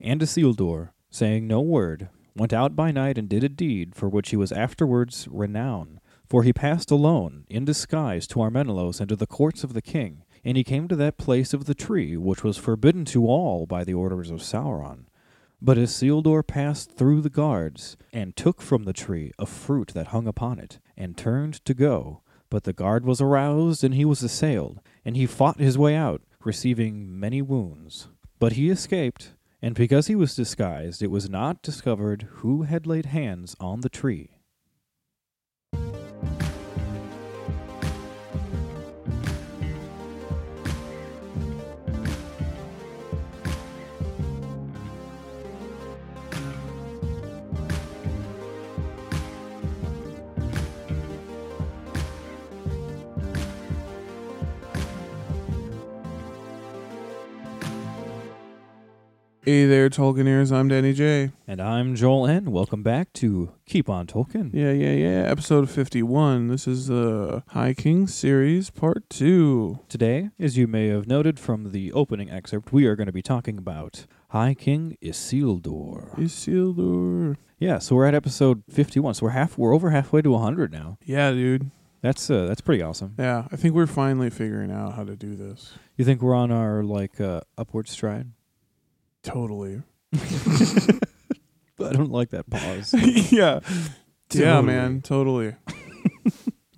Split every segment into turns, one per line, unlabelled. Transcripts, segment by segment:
and Isildur, saying no word, went out by night and did a deed for which he was afterwards renowned. For he passed alone, in disguise, to Armenelos and to the courts of the king, and he came to that place of the tree which was forbidden to all by the orders of Sauron. But Isildur passed through the guards, and took from the tree a fruit that hung upon it, and turned to go. But the guard was aroused, and he was assailed, and he fought his way out, receiving many wounds. But he escaped, and because he was disguised, it was not discovered who had laid hands on the tree.
Hey there, Tolkieneers. I'm Danny J.
And I'm Joel N. Welcome back to Keep on Tolkien.
Yeah, yeah, yeah. Episode 51. This is the High King series, part two.
Today, as you may have noted from the opening excerpt, we are going to be talking about High King Isildur.
Isildur.
Yeah, so we're at episode 51. So we're half we're over halfway to 100 now.
Yeah, dude.
That's uh, that's pretty awesome.
Yeah, I think we're finally figuring out how to do this.
You think we're on our like uh, upward stride?
Totally.
I don't like that pause.
yeah. Yeah,
Totally.
man. Totally.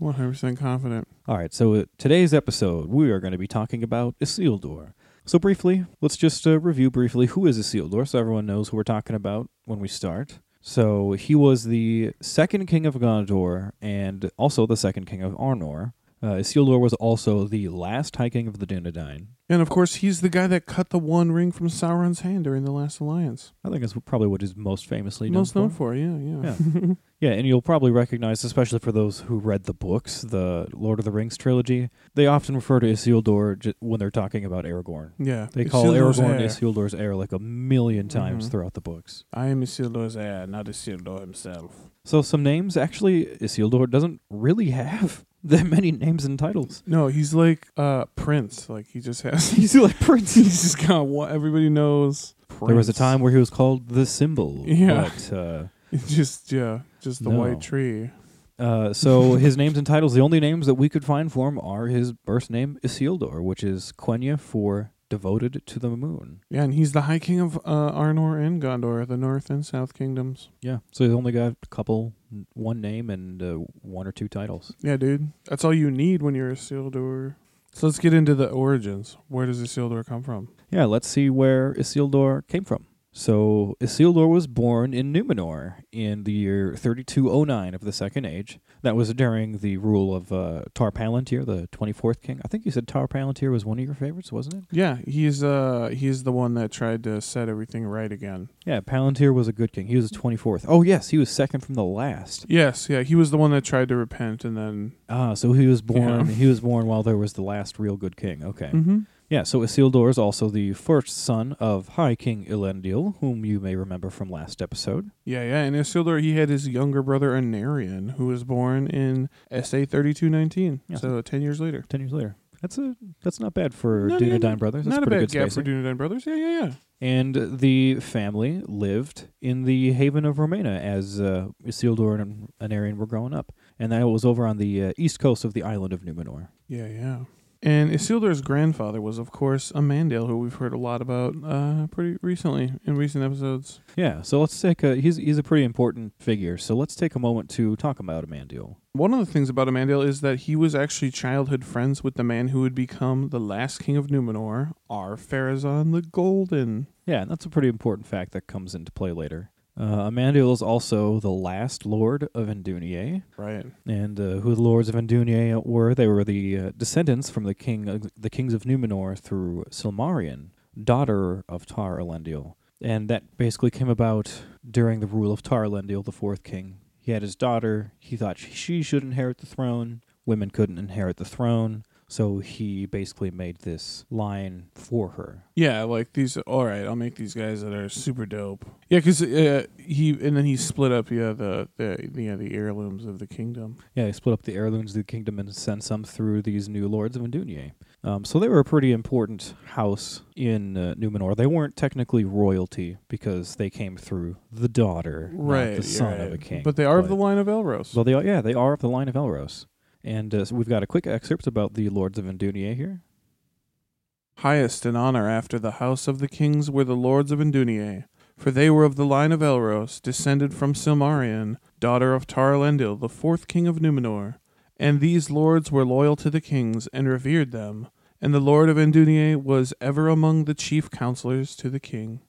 100% confident.
All right, so uh, today's episode, we are going to be talking about Isildur. So, briefly, let's just uh, review briefly who is Isildur so everyone knows who we're talking about when we start. So, he was the second king of Gondor and also the second king of Arnor. Uh, Isildur was also the last High King of the Dúnedain.
And of course, he's the guy that cut the one ring from Sauron's hand during the last alliance.
I think that's probably what he's most famously known
Most
for.
known for, yeah, yeah.
Yeah. yeah, and you'll probably recognize, especially for those who read the books, the Lord of the Rings trilogy, they often refer to Isildur j- when they're talking about Aragorn.
Yeah.
They call
Isildur's
Aragorn
heir.
Isildur's heir like a million times
Mhm.
throughout the books.
I am Isildur's heir, not Isildur himself.
So some names actually Isildur doesn't really have that many names and titles.
No, he's like uh Prince. Like he just has.
He's like Prince.
he's just got what everybody knows. Prince.
There was a time where he was called the symbol.
Yeah.
But, uh,
just yeah, just the
No.
white tree.
uh, so his names and titles, the only names that we could find for him are his birth name Isildur, which is Quenya for devoted to the moon.
Yeah, and he's the High King of uh, Arnor and Gondor, the North and South kingdoms.
Yeah. So he's only got a couple, one name and uh, one or two titles.
Yeah, dude, that's all you need when you're a Isildur. So let's get into the origins. Where does Isildur come from?
Yeah, let's see where Isildur came from. So, Isildur was born in Numenor in the year 3209 of the Second Age. That was during the rule of uh, Tar Palantir, the 24th king. I think you said Tar Palantir was one of your favorites, wasn't it?
Yeah, he's uh he's the one that tried to set everything right again.
Yeah, Palantir was a good king. He was the 24th. Oh, yes, he was second from the last.
Yes, yeah, he was the one that tried to repent and then.
Ah, so he was born.
Yeah.
He was born while there was the last real good king. Okay.
Mm-hmm.
Yeah, so Isildur is also the first son of High King Elendil, whom you may remember from last episode.
Yeah, yeah, and Isildur he had his younger brother Anarion, who was born in SA thirty two nineteen.
Yeah.
So ten years later.
ten years later. That's a that's not bad for
No, no,
Dunedain
no.
Brothers. That's
Not a
pretty
bad
good
gap for
spacing.
Dunedain Brothers. Yeah, yeah, yeah.
and the family lived in the haven of Romena as uh, Isildur and Anarion were growing up, and that was over on the uh, east coast of the island of Numenor.
Yeah, yeah. And Isildur's grandfather was, of course, Amandale, who we've heard a lot about uh, pretty recently in recent episodes.
Yeah, so let's take a he's he's a pretty important figure. So let's take a moment to talk about Amandil.
One of the things about Amandale is that he was actually childhood friends with the man who would become the last king of Numenor, our Farazan the Golden.
Yeah, and that's a pretty important fact that comes into play later. Uh, Amandil is also the last lord of Endunier,
Right.
and uh, who the lords of Endunia were. They were the uh, descendants from the king, uh, the kings of Numenor through Silmarion, daughter of Tar Elendil, and that basically came about during the rule of Tar Elendil, the fourth king. He had his daughter. He thought she should inherit the throne. Women couldn't inherit the throne, so he basically made this line for her.
Yeah, like these. All right, I'll make these guys that are super dope. Yeah, because uh, he and then he split up. Yeah, the the yeah the heirlooms of the kingdom.
Yeah, he split up the heirlooms of the kingdom and sent some through these new lords of Endunia. Um, so they were a pretty important house in uh, Numenor. They weren't technically royalty because they came through the daughter, not
Right.
the son
right.
of a king.
But they are of the line of Elros.
Well, they are, yeah, they are of the line of Elros. And uh, so we've got a quick excerpt about the lords of Indunier here.
highest in honor after the house of the kings were the lords of Indunier, for they were of the line of Elros, descended from Silmarion, daughter of Tarlendil, the fourth king of Numenor. And these lords were loyal to the kings and revered them, and the lord of Indunier was ever among the chief counselors to the king.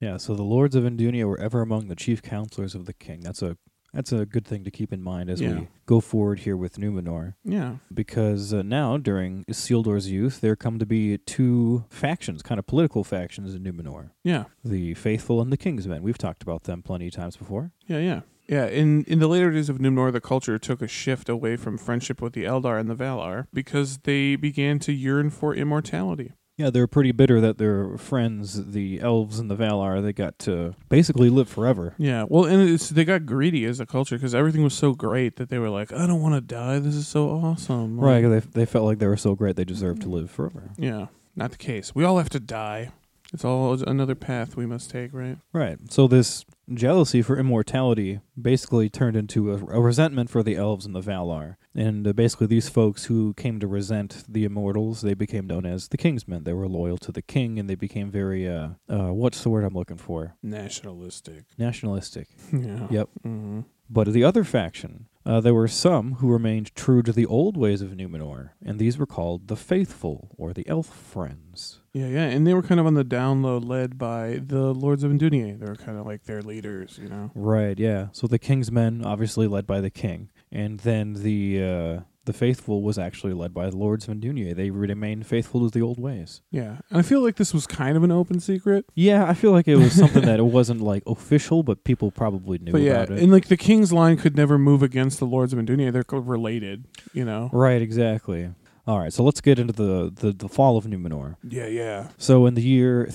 Yeah, so the lords of Indunia were ever among the chief counselors of the king. That's a that's a good thing to keep in mind as
Yeah.
we go forward here with Numenor,
Yeah.
because uh, now during Isildur's youth, there come to be two factions, kind of political factions in Numenor:
Yeah.
the faithful and the king's men. We've talked about them plenty of times before.
Yeah, yeah. Yeah, in, in the later days of Numenor, the culture took a shift away from friendship with the Eldar and the Valar because they began to yearn for immortality.
Yeah, they're pretty bitter that their friends, the elves and the Valar, they got to basically live forever.
Yeah, well, and it's they got greedy as a culture because everything was so great that they were like, "I don't want to die. This is so awesome."
Right,
Like,
'cause they they felt like they were so great they deserved to live forever.
yeah, not the case. We all have to die. It's all another path we must take, right?
Right. So this jealousy for immortality basically turned into a, a resentment for the elves and the Valar. And uh, basically, these folks who came to resent the immortals, they became known as the Kingsmen. They were loyal to the king, and they became very uh, uh what's the word I'm looking for?
Nationalistic.
Nationalistic.
Yeah.
Yep.
Mm-hmm.
But the other faction, uh, there were some who remained true to the old ways of Numenor, and these were called the Faithful or the Elf Friends.
Yeah, yeah, and they were kind of on the down low, led by the Lords of Indunier. They were kind of like their leaders, you know.
Right, yeah. So the king's men, obviously led by the king, and then the uh, the faithful was actually led by the lords of Indunier. They remained faithful to the old ways.
Yeah, and I feel like this was kind of an open secret,
Yeah, I feel like it was something that it wasn't like official, but people probably knew
but yeah,
about it.
and like the king's line could never move against the Lords of Indunier. They're co- related, you know.
right, exactly. All right, so let's get into the, the, the fall of Numenor.
Yeah, yeah.
So in the year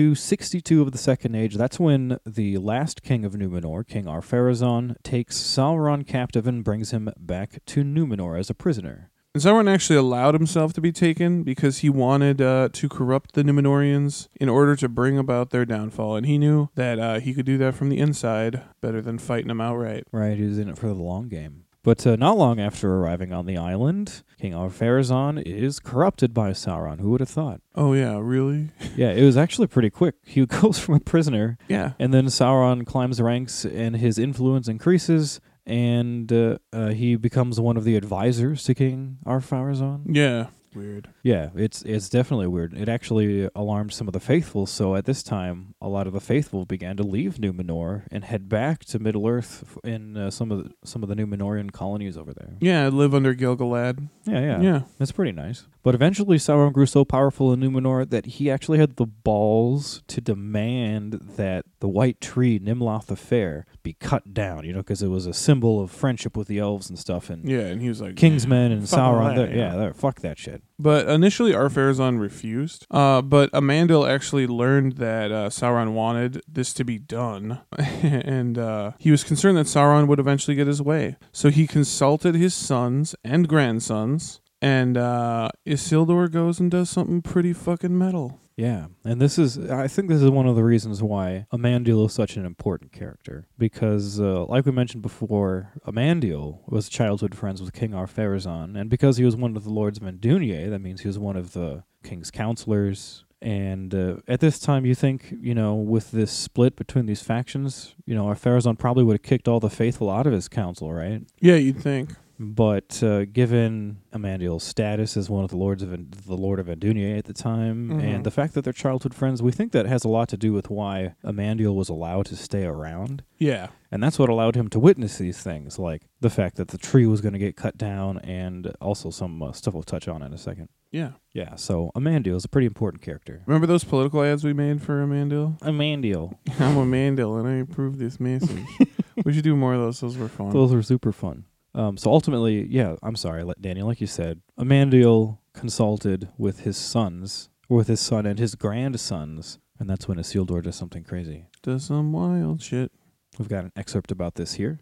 3262 of the Second Age, that's when the last king of Numenor, King Arpharazon, takes Sauron captive and brings him back to Numenor as a prisoner.
And Sauron actually allowed himself to be taken because he wanted uh, to corrupt the Numenorians in order to bring about their downfall. And he knew that uh, he could do that from the inside better than fighting them outright.
Right, he was in it for the long game. But uh, not long after arriving on the island, King Arpharazon is corrupted by Sauron. Who would have thought?
Oh, yeah, really?
yeah, it was actually pretty quick. He goes from a prisoner,
Yeah.
and then Sauron climbs the ranks, and his influence increases, and uh, uh, he becomes one of the advisors to King Arpharazon.
Yeah. Weird.
Yeah, it's it's definitely weird. It actually alarmed some of the faithful, so at this time, a lot of the faithful began to leave Numenor and head back to Middle Earth f- in uh, some of the, some of the Numenorian colonies over there.
Yeah, I live under Gilgalad.
Yeah, yeah,
Yeah.
That's pretty nice. But eventually, Sauron grew so powerful in Numenor that he actually had the balls to demand that the white tree Nimloth the Fair be cut down. You know, because it was a symbol of friendship with the elves and stuff, and
Yeah, and he was like,
Kingsmen and
Fuck all
Sauron.
that,
they're-
yeah.
yeah, they're- fuck that shit.
But initially, Arpharazon refused. Uh, but Amandil actually learned that uh, Sauron wanted this to be done, and uh, he was concerned that Sauron would eventually get his way. So he consulted his sons and grandsons, and uh, Isildur goes and does something pretty fucking metal.
Yeah, and this is, I think this is one of the reasons why Amandil is such an important character. Because, uh, like we mentioned before, Amandil was childhood friends with King Arpharazon, and because he was one of the lords of Indunier, that means he was one of the king's counselors. And uh, at this time, you think, you know, with this split between these factions, you know, Arpharazon probably would have kicked all the faithful out of his council, right?
Yeah, you'd think.
But uh, given Amandil's status as one of the lords of the Lord of Andunier at the time,
Mhm.
and the fact that they're childhood friends, we think that has a lot to do with why Amandil was allowed to stay around,
Yeah,
and that's what allowed him to witness these things, like the fact that the tree was going to get cut down, and also some uh, stuff we'll touch on in a second.
yeah.
Yeah, so Amandil is a pretty important character.
Remember those political ads we made for Amandil?
Amandil,
I'm Amandil, and I approve this message. we should do more of those. Those were fun.
Those were super fun. Um, so ultimately, yeah, I'm sorry, li- Daniel, like you said, Amandil consulted with his sons, with his son and his grandsons, and that's when Isildur does something crazy.
Does some wild shit.
We've got an excerpt about this here.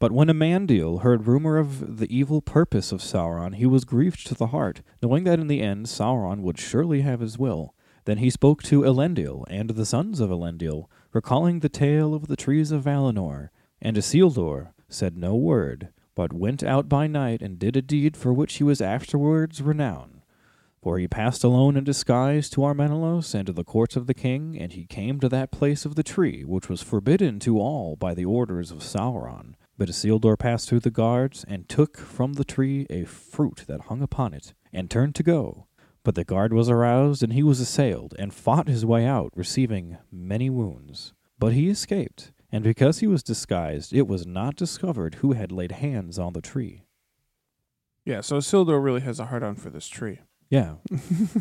But when Amandiel heard rumor of the evil purpose of Sauron, he was grieved to the heart, knowing that in the end Sauron would surely have his will. Then he spoke to Elendil and the sons of Elendil, recalling the tale of the trees of Valinor. And Isildur said no word, but went out by night and did a deed for which he was afterwards renowned. For he passed alone in disguise to Armenelos and to the courts of the king, and he came to that place of the tree, which was forbidden to all by the orders of Sauron. But Isildur passed through the guards, and took from the tree a fruit that hung upon it, and turned to go. But the guard was aroused, and he was assailed, and fought his way out, receiving many wounds. But he escaped, and because he was disguised, it was not discovered who had laid hands on the tree.
Yeah, so Isildur really has a hard on for this tree.
Yeah,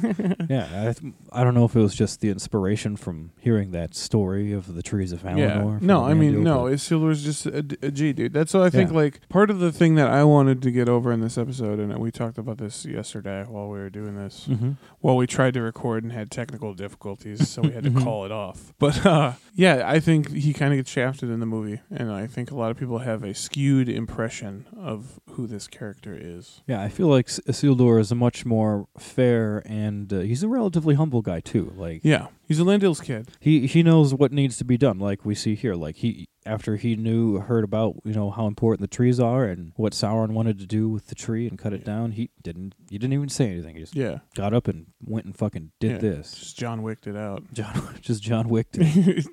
yeah. I, th- I don't know if it was just the inspiration from hearing that story of the trees of Valinor.
yeah.
from
No, I mean,
Elendil,
no,
but-
Isildur's just a, d- a G, dude. That's so I think,
Yeah.
like, part of the thing that I wanted to get over in this episode, and we talked about this yesterday while we were doing this,
Mhm.
Well, we tried to record and had technical difficulties, so we had to call it off. But uh, yeah, I think he kind of gets shafted in the movie, and I think a lot of people have a skewed impression of who this character is.
Yeah, I feel like S- Isildur is a much more fair and uh, he's a relatively humble guy too. Like
Yeah, he's a Landale's kid.
he he knows what needs to be done. Like we see here, like he after he knew heard about you know how important the trees are and what Sauron wanted to do with the tree and cut it
Yeah.
down. He didn't he didn't even say anything. He just
Yeah,
got up and went and fucking did
Yeah.
this.
just John Wicked it out.
John just John Wick did.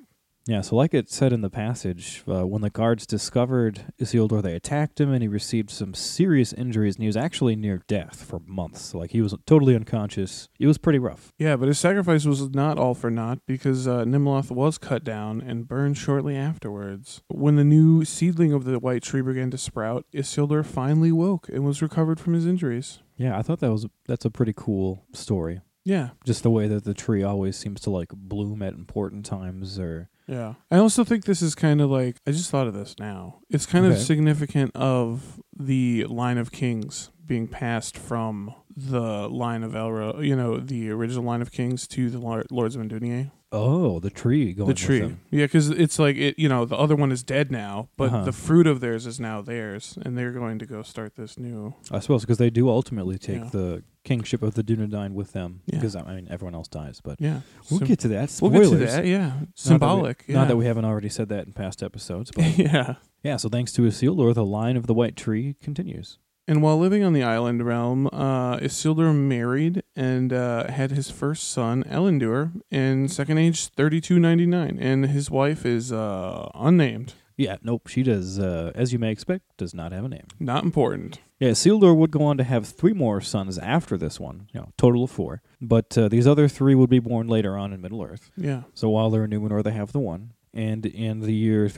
Yeah, so like it said in the passage, uh, when the guards discovered Isildur, they attacked him and he received some serious injuries and he was actually near death for months. Like he was totally unconscious. It was pretty rough.
yeah, but his sacrifice was not all for naught because uh, Nimloth was cut down and burned shortly afterwards. When the new seedling of the White Tree began to sprout, Isildur finally woke and was recovered from his injuries.
Yeah, I thought that was that's a pretty cool story.
Yeah,
Just the way that the tree always seems to like bloom at important times or
Yeah. I also think this is kind of like I just thought of this now. It's kind
Okay.
of significant of the line of kings being passed from the line of Elro, you know, the original line of kings to the Lor- Lords of Endunier.
oh, the tree going
The
with
tree.
them.
Yeah, cuz it's like it you know, the other one is dead now, but
Uh-huh.
the fruit of theirs is now theirs and they're going to go start this new.
I suppose because they do ultimately take
Yeah.
the kingship of the Dunedain with them
Yeah.
because I mean everyone else dies, but
Yeah.
we'll
Sym-
get to that.
we'll
Spoilers.
get to that. Yeah. Symbolic.
Not that
yeah.
we haven't already said that in past episodes, but
yeah.
Yeah, so thanks to Isildur, the line of the White Tree continues.
And while living on the island realm, uh, Isildur married and uh, had his first son, Elendor, in second age 3299. And his wife is uh, unnamed.
Yeah, nope, she does, uh, as you may expect, does not have a name.
Not important.
Yeah, Isildur would go on to have three more sons after this one, you know, total of four. But uh, these other three would be born later on in Middle Earth.
Yeah.
So while they're in Numenor, they have the one. And in the year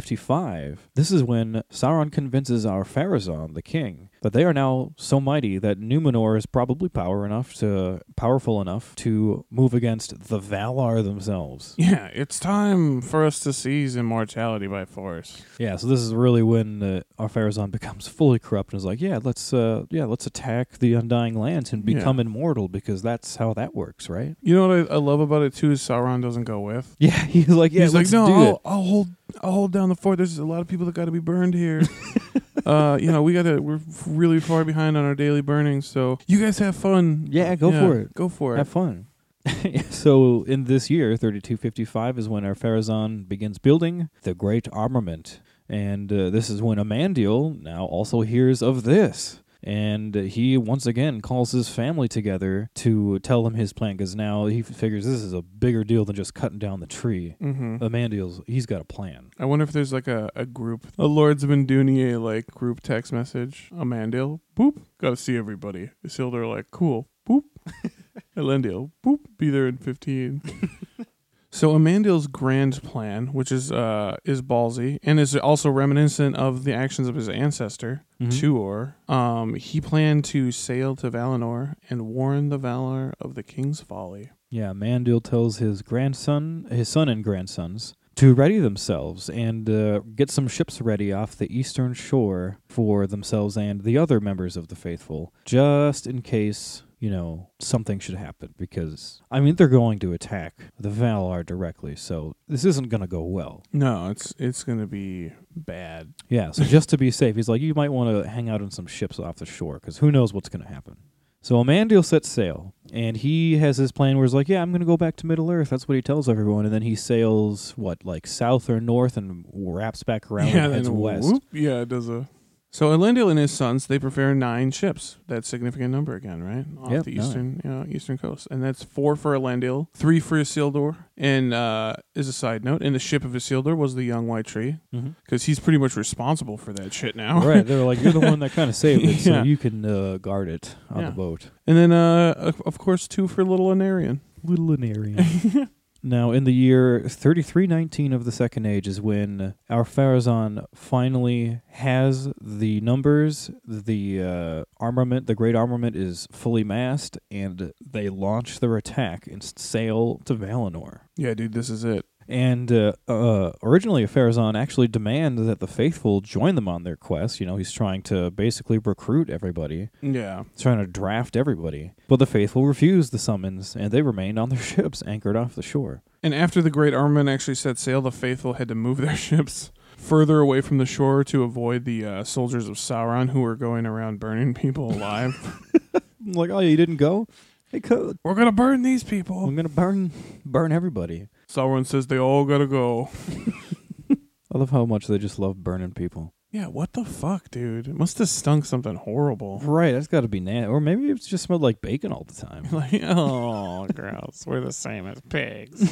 3255, this is when Sauron convinces our Pharazôn, the king, that they are now so mighty that Numenor is probably power enough to powerful enough to move against the Valar themselves.
Yeah, it's time for us to seize immortality by force.
Yeah, so this is really when uh, Arpharazon becomes fully corrupt and is like, yeah, let's uh, yeah, let's attack the Undying Lands and become
Yeah.
immortal because that's how that works, right?
You know what I, I love about it, too, is Sauron doesn't go with.
Yeah, he's like, yeah,
He's like,
let's
no,
do
I'll, I'll hold, I'll hold down the fort. There's a lot of people that got to be burned here. uh, you know, we gotta, we're really far behind on our daily burning. So you guys have fun.
Yeah, go for it.
Go for
it.
it.
Have fun. so in this year, 3255 is when Arpharazon begins building the Great Armament, and uh, this is when Amandiel now also hears of this. And he once again calls his family together to tell them his plan because now he figures this is a bigger deal than just cutting down the tree.
Mm-hmm.
Amandiel's he's got a plan.
I wonder if there's like a, a group, a Lords of Endunier like group text message. Amandale, boop, gotta see everybody. Isildur, like, cool, boop. Elendil, boop, be there in 15. so Amandale's grand plan, which is uh, is ballsy and is also reminiscent of the actions of his ancestor, Tuor, um, he planned to sail to Valinor and warn the Valar of the King's folly.
Yeah, Mandiel tells his grandson, his son and grandsons, to ready themselves and uh, get some ships ready off the eastern shore for themselves and the other members of the faithful, just in case you know, something should happen because, I mean, they're going to attack the Valar directly, so this isn't going to go well.
No, it's it's gonna be bad.
Yeah, so just to be safe, he's like, you might want to hang out in some ships off the shore because who knows what's going to happen. So Amandil sets sail, and he has his plan where he's like, yeah, I'm going to go back to Middle Earth. That's what he tells everyone. And then he sails, what, like south or north and wraps back around and heads west.
whoop, yeah, it does a. So Elendil and his sons they prepare nine ships. That's significant number again, right? Off
Yep,
the
nine.
eastern you know, eastern coast, and that's four for Elendil, three for Isildur, and uh, as a side note, in the ship of Isildur was the young white tree
Mhm.
because he's pretty much responsible for that shit now.
Right, they're like, you're the one that kind of saved it, so
Yeah.
you can uh, guard it on
Yeah.
the boat.
And then, uh, of- of course, two for Little Anarion.
Little Anarion. now, in the year 3319 of the Second Age is when our Farazan finally has the numbers, the uh, armament, the great armament is fully massed, and they launch their attack and s- sail to Valinor.
Yeah, dude, this is it.
And uh, uh, originally, Farazan actually demands that the faithful join them on their quest. You know, he's trying to basically recruit everybody.
Yeah,
trying to draft everybody. But the faithful refused the summons, and they remained on their ships, anchored off the shore.
and after the Great Armament actually set sail, the faithful had to move their ships further away from the shore to avoid the uh, soldiers of Sauron who were going around burning people alive.
I'm like, oh, you didn't go? Hey, co-
we're gonna burn these people.
I'm gonna burn, burn everybody.
Sauron says they all gotta go.
I love how much they just love burning people.
Yeah, what the fuck, dude? It must have stunk something horrible.
Right, that's got to be nasty. Or maybe it just smelled like bacon all the time.
like, oh, gross. We're the same as pigs.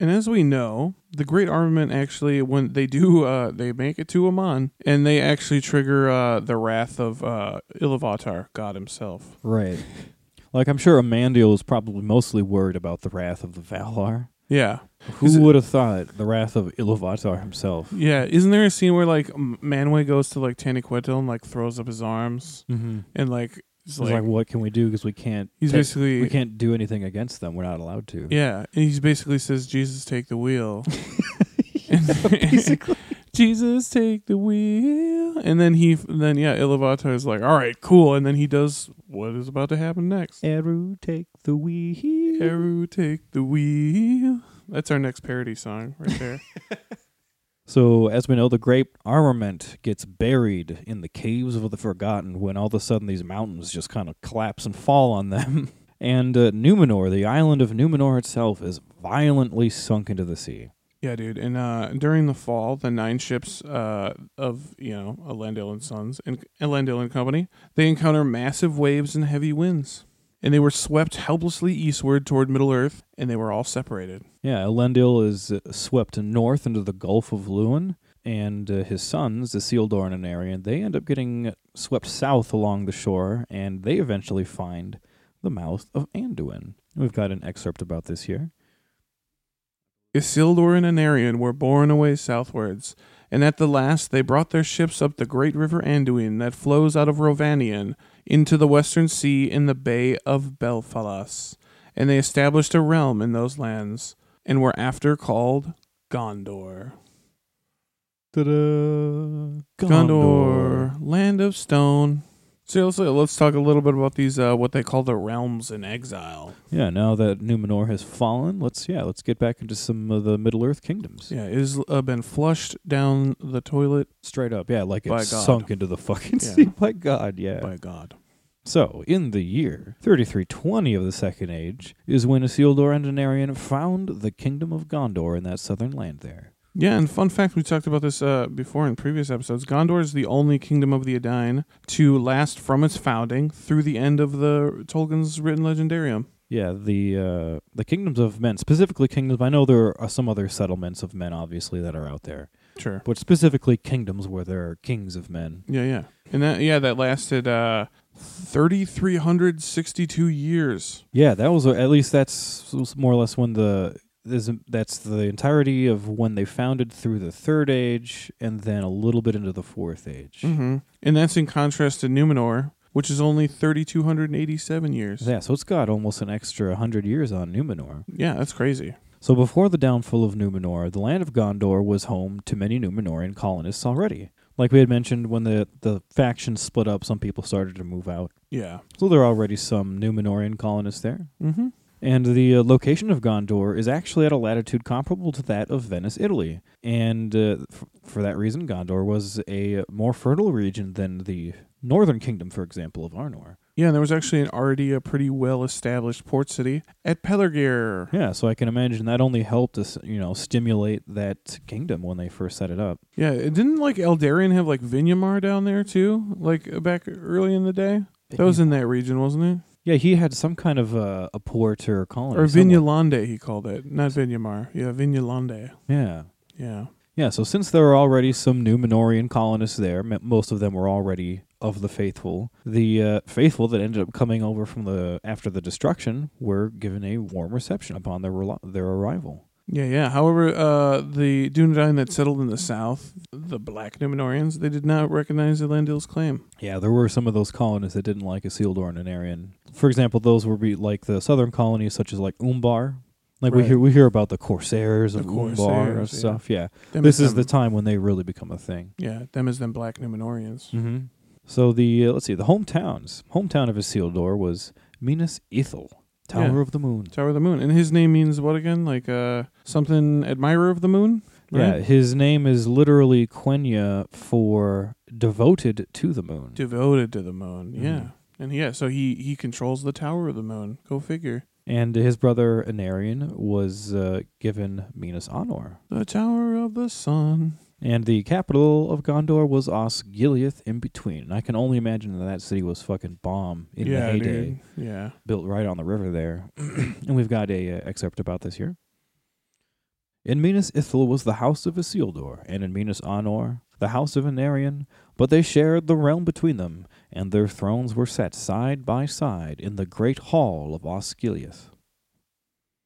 and as we know, the Great Armament actually, when they do, uh, they make it to Amon, and they actually trigger uh, the wrath of uh, Ilúvatar, God himself.
Right. Like I'm sure Amandil is probably mostly worried about the wrath of the Valar.
Yeah, Is
Who
it-
would have thought the wrath of Iluvatar himself?
yeah. Isn't there a scene where like M- Manwë goes to like Tanaquil and like throws up his arms
Mm-hmm.
and like it's
It's like,
like,
what can we do? Because we can't.
he's
ta-
basically
we can't do anything against them. We're not allowed to.
Yeah, and he basically says, "Jesus, take the wheel." basically. Jesus, take the wheel, and then he, then yeah, Iluvatar is like, "All right, cool," and then he does what is about to happen next.
Eru, take the wheel.
Eru, take the wheel. That's our next parody song right there.
So, as we know, the great armament gets buried in the caves of the Forgotten when all of a sudden these mountains just kind of collapse and fall on them. And uh, Numenor, the island of Numenor itself, is violently sunk into the sea.
yeah, dude. And uh, during the fall, the nine ships uh, of you know Elendil and Sons and Elendil and Company they encounter massive waves and heavy winds, and they were swept helplessly eastward toward Middle Earth, and they were all separated.
Yeah, Elendil is uh, swept north into the Gulf of Luin, and uh, his sons, Isildur and Anarion, they end up getting swept south along the shore, and they eventually find the mouth of Anduin. We've got an excerpt about this here.
Isildur and Anarion were borne away southwards, and at the last they brought their ships up the great river Anduin that flows out of Rovanion into the western sea in the bay of Belfalas, and they established a realm in those lands, and were after called Gondor. Ta-da! Gondor, land of stone. Seriously, let's talk a little bit about these uh, what they call the realms in exile.
Yeah, now that Numenor has fallen, let's yeah, let's get back into some of the Middle Earth kingdoms.
Yeah, it has uh, been flushed down the toilet
Straight up, yeah, like
By
it's
God.
sunk into the fucking
Yeah.
sea. By God, yeah.
by God.
So, in the year 3320 of the Second Age is when Isildur and Anarion found the kingdom of Gondor in that southern land there.
Yeah, and fun fact, we talked about this uh, before in previous episodes. Gondor is the only kingdom of the Edain to last from its founding through the end of the Tolkien's written legendarium.
Yeah, the uh, the kingdoms of men, specifically kingdoms. I know there are some other settlements of men, obviously, that are out there,
Sure.
but specifically kingdoms where there are kings of men.
Yeah, yeah. And that yeah, that lasted uh 3362 years.
Yeah, that was at least that's s- more or less when the is that's the entirety of when they founded through the Third Age, and then a little bit into the Fourth Age.
Mhm. And that's in contrast to Numenor, which is only 3287 years.
Yeah, so it's got almost an extra hundred years on Numenor.
yeah, that's crazy.
So before the downfall of Numenor, the land of Gondor was home to many Numenorean colonists already. Like we had mentioned, when the, the factions split up, some people started to move out.
Yeah.
So there are already some Numenorean colonists there.
Mm-hmm.
And the uh, location of Gondor is actually at a latitude comparable to that of Venice, Italy. And uh, f- for that reason, Gondor was a more fertile region than the northern kingdom, for example, of Arnor.
Yeah, and there was actually an already a pretty well established port city at Pelargir.
Yeah, so I can imagine that only helped us, you know, stimulate that kingdom when they first set it up.
Yeah, it didn't like Eldarion have like Vinyamar down there too, like uh, back early in the day. That was in that region, wasn't it?
yeah, he had some kind of uh, a port or colony.
Or
somewhere.
Vinyalande, he called it, not Vinyamar. Yeah, Vinyalande.
Yeah.
Yeah.
Yeah, so since there were already some Numenorian colonists there, m- most of them were already of the faithful. The uh, faithful that ended up coming over from the after the destruction were given a warm reception upon their rel- their arrival.
Yeah, yeah. However, uh, the Dunedain that settled in the south, the Black Numenorians, they did not recognize Elendil's claim.
Yeah, there were some of those colonists that didn't like Isildur and Anarion. For example, those would be like the southern colonies, such as like Umbar. Like we
Right.
hear we hear about the corsairs of
The
Umbar and
Corsairs, yeah.
stuff. Yeah,
Them
this is the
them.
time when they really become a thing.
yeah, them as them Black Numenorians.
Mm-hmm. So the uh, let's see, the hometowns hometown of Isildur was Minas Ithil, Tower
Yeah.
of the Moon.
Tower of the Moon, and his name means what again? Like uh, something admirer of the moon.
Yeah, his name is literally Quenya for devoted to the moon.
devoted to the moon. Yeah,
Mhm.
and yeah, so he he controls the Tower of the Moon. Go figure.
And his brother Anarion was uh, given Minas Anor.
The Tower of the Sun.
And the capital of Gondor was Osgiliath in between. And I can only imagine that that city was fucking bomb in the
yeah,
heyday,
dude. Yeah.
built right on the river there. and we've got a uh, excerpt about this here. In Minas Ithil was the house of Isildur, and in Minas Anor the house of Anarion, but they shared the realm between them, and their thrones were set side by side in the great hall of Osgiliath.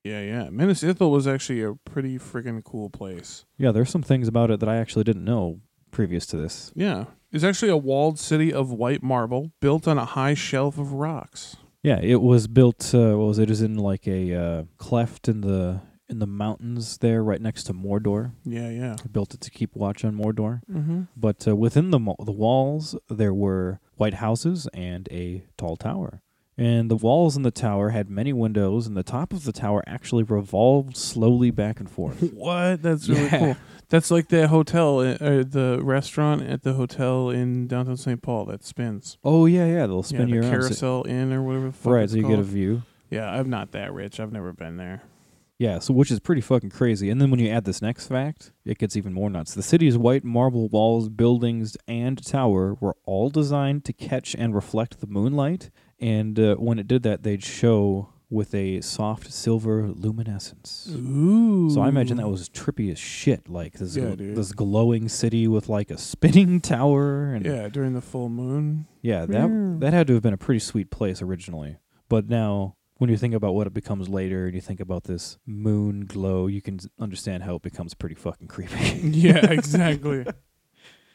Yeah, yeah. Minas Ithil was actually a pretty freaking cool place.
Yeah, there's some things about it that I actually didn't know previous to this.
Yeah. It's actually a walled city of white marble built on a high shelf of rocks.
Yeah, it was built. Uh, what was it? It was in like a uh, cleft in the in the mountains there, right next to Mordor.
Yeah, yeah.
They built it to keep watch on Mordor.
Mm-hmm.
But uh, within the, mo- the walls, there were white houses and a tall tower. And the walls in the tower had many windows, and the top of the tower actually revolved slowly back and forth.
What? That's really
Yeah.
cool. That's like the hotel, uh, or the restaurant at the hotel in downtown St. Paul that spins.
oh, yeah, yeah, they'll
yeah,
spin
the
you around. So-
carousel inn or whatever. The fuck
right,
it's
so you get a
called.
view.
Yeah, I'm not that rich. I've never been there.
Yeah, so which is pretty fucking crazy. And then when you add this next fact, it gets even more nuts. The city's white marble walls, buildings, and tower were all designed to catch and reflect the moonlight. And uh, when it did that, they'd show with a soft silver luminescence.
Ooh.
So I imagine that was trippy as shit. Like this,
Yeah,
gl-
dude.
this glowing city with like a spinning tower, and
Yeah, during the full moon.
yeah, that
Yeah.
that had to have been a pretty sweet place originally. But now, when you think about what it becomes later, and you think about this moon glow, you can s- understand how it becomes pretty fucking creepy.
yeah, exactly.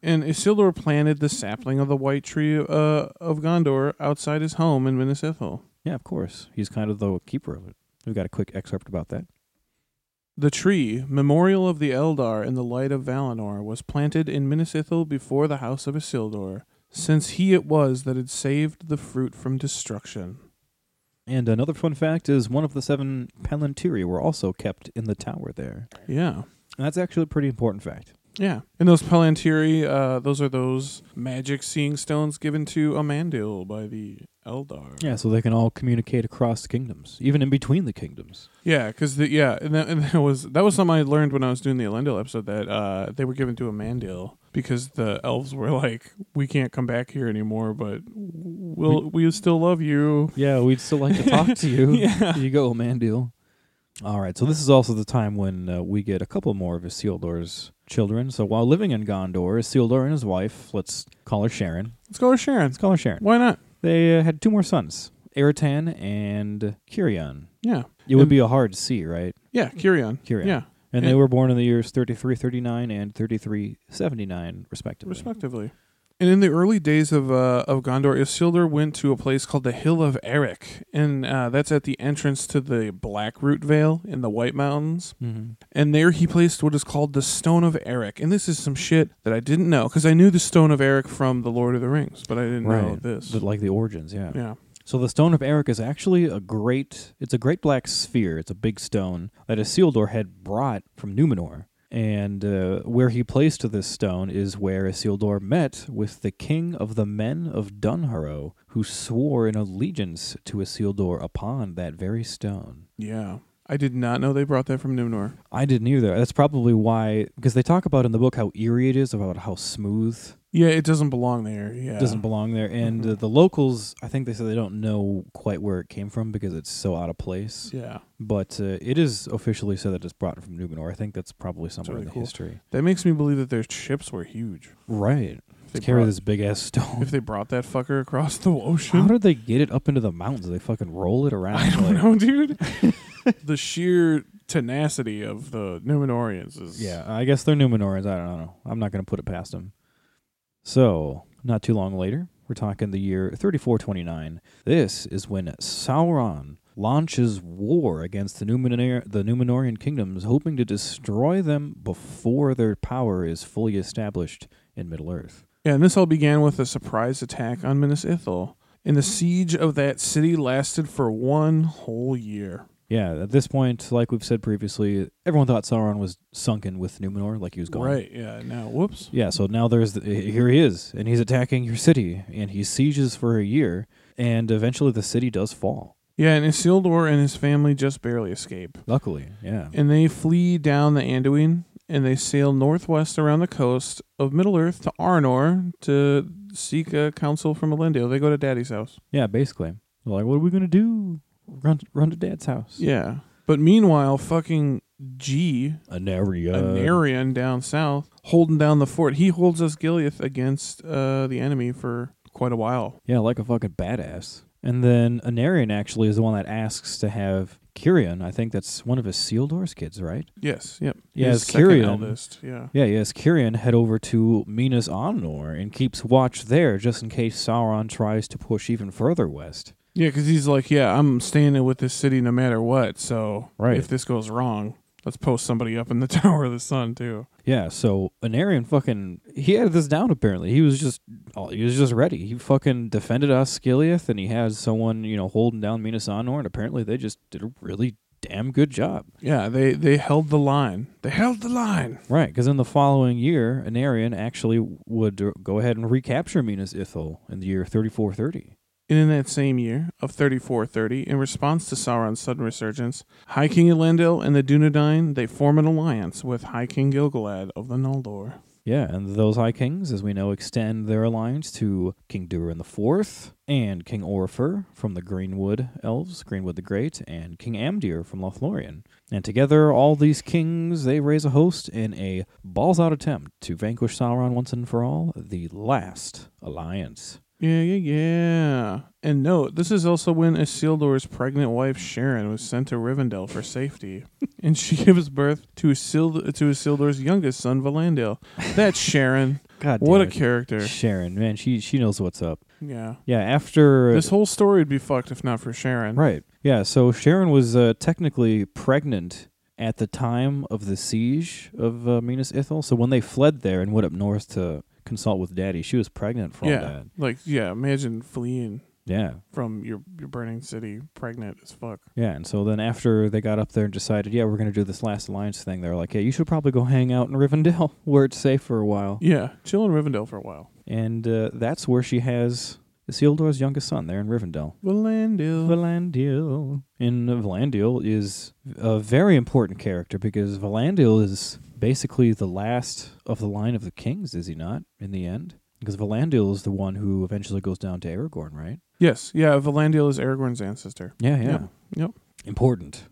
And Isildur planted the sapling of the white tree uh, of Gondor outside his home in Minas Ithil.
yeah, of course, he's kind of the keeper of it. We've got a quick excerpt about that.
The tree, memorial of the Eldar and the light of Valinor, was planted in Minas Ithil before the house of Isildur, since he it was that had saved the fruit from destruction.
And another fun fact is one of the seven Palantiri were also kept in the tower there.
Yeah.
And that's actually a pretty important fact.
Yeah. And those Palantiri, uh, those are those magic seeing stones given to Amandil by the Eldar.
Yeah, so they can all communicate across the kingdoms, even in between the kingdoms.
Yeah, because the yeah, and that, and that was that was something I learned when I was doing the Elendil episode that uh, they were given to Amandil because the elves were like, we can't come back here anymore, but we'll we still love you.
Yeah, we'd still like to talk to you.
Yeah.
You go, Mandil. All right, so this is also the time when uh, we get a couple more of Isildur's children. So while living in Gondor, Isildur and his wife, let's call her Sharon.
Let's go to Sharon.
Let's call her Sharon.
Why not?
They uh, had two more sons, Eritan and Kirion.
Yeah,
It would
And-
be a hard C, right?
yeah, Kirion.
Kirion.
Yeah,
And they
and-
were born in the years 3339 and 3379, respectively.
respectively. And in the early days of uh, of Gondor, Isildur went to a place called the Hill of Eric, and uh, that's at the entrance to the Blackroot Vale in the White Mountains.
Mm-hmm.
And there he placed what is called the Stone of Eric. And this is some shit that I didn't know because I knew the Stone of Eric from the Lord of the Rings, but I didn't know this.
like the origins, yeah.
yeah.
So the Stone of Eric is actually a great, it's a great black sphere. It's a big stone that Isildur had brought from Numenor. And uh, where he placed this stone is where Isildur met with the king of the men of Dunharrow, who swore an allegiance to Isildur upon that very stone.
Yeah. I did not know they brought that from Numenor.
I didn't either. That's probably why, because they talk about in the book how eerie it is, about how smooth
Yeah, it doesn't belong there. Yeah.
it doesn't belong there. And uh,
Mhm.
the locals, I think they said they don't know quite where it came from because it's so out of place.
Yeah.
But uh, it is officially said that it's brought from Numenor. I think that's probably somewhere
really
in the
cool.
history.
That makes me believe that their ships were huge.
Right.
If
They
they,
carry
brought,
this big ass
if
stone.
they brought that fucker across the
How
ocean.
did they get it up into the mountains? They fucking roll it around.
I don't
like-
know, dude. the sheer tenacity of the Numenorians is
Yeah, I guess they're Numenorans. I don't know. I'm not going to put it past them. So, not too long later, we're talking the year 3429. This is when Sauron launches war against the, Numenor- the Numenorian kingdoms, hoping to destroy them before their power is fully established in Middle Earth.
Yeah, and this all began with a surprise attack on Minas Ithil. And the siege of that city lasted for one whole year.
Yeah, at this point, like we've said previously, everyone thought Sauron was sunken with Numenor, like he was gone.
Right, yeah. Now, whoops.
Yeah, so now there's the, here he is, and he's attacking your city, and he sieges for a year, and eventually the city does fall.
Yeah, and Isildur and his family just barely escape.
Luckily, yeah,
And they flee down the Anduin and they sail northwest around the coast of Middle Earth to Arnor to seek a counsel from Elendil. They go to Daddy's house.
yeah, basically, They're like, what are we gonna do? Run, run to Dad's house.
Yeah. But meanwhile, fucking G,
Anaria.
Anarion down south, holding down the fort. He holds us Gileath against uh, the enemy for quite a while.
Yeah, like a fucking badass. And then Anarian actually is the one that asks to have Kyrian. I think that's one of his Seal Doors kids, right?
Yes, yep.
Yeah,
His
it's
second
Kyrian.
eldest. Yeah.
Yeah, yes, Kyrian head over to Minas Onor and keeps watch there just in case Sauron tries to push even further west.
Yeah, because he's like, yeah, I'm staying in with this city no matter what. So
Right.
if this goes wrong, let's post somebody up in the Tower of the Sun too.
Yeah, so Anarion fucking he had this down apparently. He was just oh, he was just ready. He fucking defended us Skiliath and he had someone, you know, holding down Minas Anor and apparently they just did a really damn good job.
Yeah, they they held the line. They held the line.
Right, cuz in the following year Anarion actually would go ahead and recapture Minas Ithil in the year 3430.
And in that same year of 3430, in response to Sauron's sudden resurgence, High King Elendil and the Dunedain they form an alliance with High King Gilgalad of the Noldor.
Yeah, and those High Kings, as we know, extend their alliance to King Durin the Fourth and King Orfer from the Greenwood Elves, Greenwood the Great, and King Amdir from Lothlorien. And together, all these kings, they raise a host in a balls-out attempt to vanquish Sauron once and for all, the last alliance.
Yeah, yeah, yeah. And note, this is also when Isildur's pregnant wife Sharon was sent to Rivendell for safety, and she gives birth to Isild- to Isildur's youngest son Valandil. That's Sharon.
God damn
what a
it.
character.
Sharon, man, she she knows what's up.
Yeah.
Yeah, after
This whole story would be fucked if not for Sharon.
Right. Yeah. So Sharon was uh, technically pregnant at the time of the siege of uh, Minas Ithil. So when they fled there and went up north to consult with Daddy, she was pregnant from
yeah.
that.
Like, yeah, imagine fleeing
Yeah.
from your your burning city pregnant as fuck.
Yeah. And so then after they got up there and decided, yeah, we're going to do this last alliance thing, they were like, yeah, you should probably go hang out in Rivendell where it's safe for a while.
Yeah. Chill in Rivendell for a while.
And uh, that's where she has Isildur's youngest son there in Rivendell.
Valandil.
Valandil. And uh, Valandil is a very important character because Valandil is basically the last of the line of the kings, is he not, in the end? Because Valandil is the one who eventually goes down to Aragorn, right?
yes, yeah, Valandil is Aragorn's ancestor.
Yeah, yeah.
Yep, yep.
Important.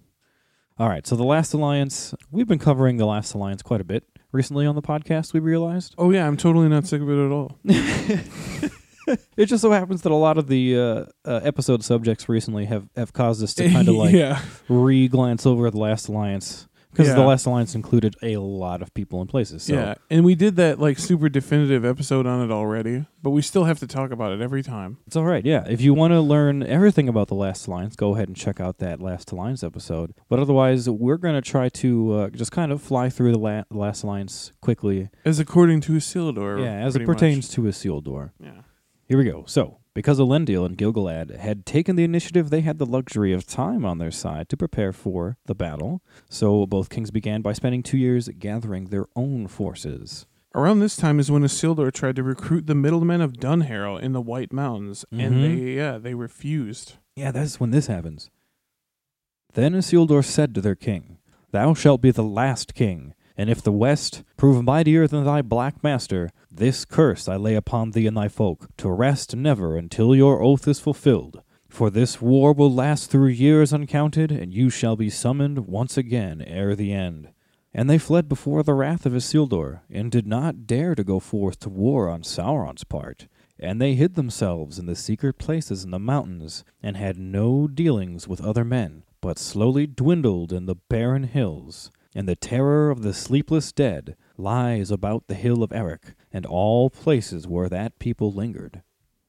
All right, so the Last Alliance, we've been covering the Last Alliance quite a bit recently on the podcast, we realized.
Oh yeah, I'm totally not sick of it at all.
It just so happens that a lot of the uh, uh, episode subjects recently have, have caused us to kind of like
yeah.
re glance over the Last Alliance because the
Yeah.
last alliance included a lot of people and places. So
Yeah, and we did that like super definitive episode on it already, but we still have to talk about it every time.
It's all right, yeah. If you want to learn everything about the Last Alliance, go ahead and check out that Last Alliance episode. But otherwise, we're going to try to uh, just kind of fly through the la- Last Alliance quickly,
As according to Isildur.
yeah, as
pretty
it
much.
pertains to Isildur.
Yeah.
Here we go. So, because Elendil and Gilgalad had taken the initiative, they had the luxury of time on their side to prepare for the battle. So, both kings began by spending two years gathering their own forces.
Around this time is when Isildur tried to recruit the middlemen of Dunharrow in the White Mountains, and
Mhm.
they yeah they refused.
Yeah, that's when this happens. Then Isildur said to their king, Thou shalt be the last king, and if the West prove mightier than thy black master, this curse I lay upon thee and thy folk, to rest never until your oath is fulfilled. For this war will last through years uncounted, and you shall be summoned once again ere the end. And they fled before the wrath of Isildur, and did not dare to go forth to war on Sauron's part. And they hid themselves in the secret places in the mountains, and had no dealings with other men, but slowly dwindled in the barren hills. And the terror of the sleepless dead lies about the hill of Eric, and all places where that people lingered.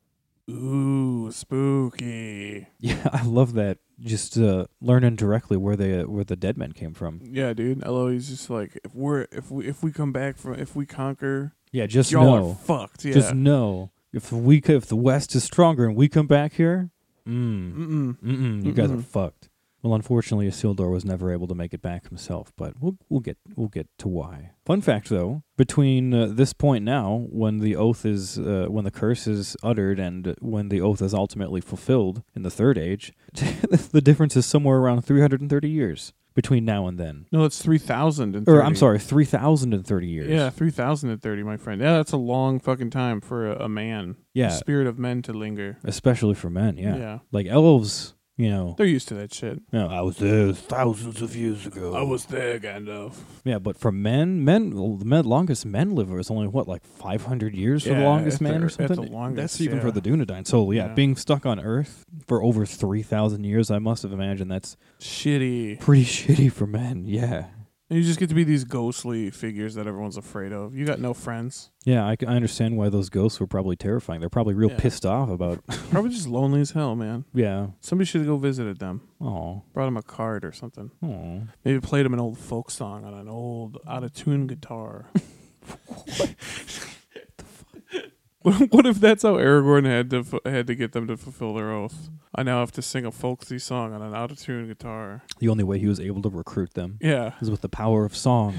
Ooh, spooky.
Yeah, I love that. Just uh, learning directly where they uh, where the dead men came from.
Yeah, dude. Eloise just like if we're if we if we come back from if we conquer,
Yeah, just
y'all
know.
are fucked. Yeah.
Just know if we c- if the West is stronger and we come back here, mm,
Mm-mm.
mm-mm, you guys are
Mm-mm.
fucked. Well, unfortunately, Isildur was never able to make it back himself, but we'll we'll get we'll get to why. Fun fact, though, between uh, this point now, when the oath is uh, when the curse is uttered and when the oath is ultimately fulfilled in the Third Age, the difference is somewhere around 330 years between now and then,
No, it's three thousand and.
or I'm sorry, 3,030 years.
Yeah, three thousand and thirty, my friend. Yeah, that's a long fucking time for a, a man.
yeah,
The spirit of men to linger.
especially for men. Yeah, like elves, you know.
They're used to that shit.
No, I was there thousands of years ago.
there, Gandalf.
Yeah, but for men, men, well, the men, longest men liver is only what like five hundred years for the
Yeah,
longest
at
man
the-
or
at the
something. That's
longest,
even for
yeah.
the Dunedain. So yeah,
Yeah.
being stuck on Earth for over three thousand years, I must have imagined that's
Shitty.
pretty shitty for men. Yeah,
And you just get to be these ghostly figures that everyone's afraid of. You got no friends.
yeah, I, c- I understand why those ghosts were probably terrifying. They're probably real
Yeah.
pissed off about.
Probably just lonely as hell, man.
yeah.
Somebody should go visited them.
Oh.
Brought them a card or something.
Oh.
Maybe played them an old folk song on an old out of tune guitar. what, what if that's how Aragorn had to fu- had to get them to fulfill their oath? I now have to sing a folksy song on an out of tune guitar.
The only way he was able to recruit them
Yeah.
is with the power of song.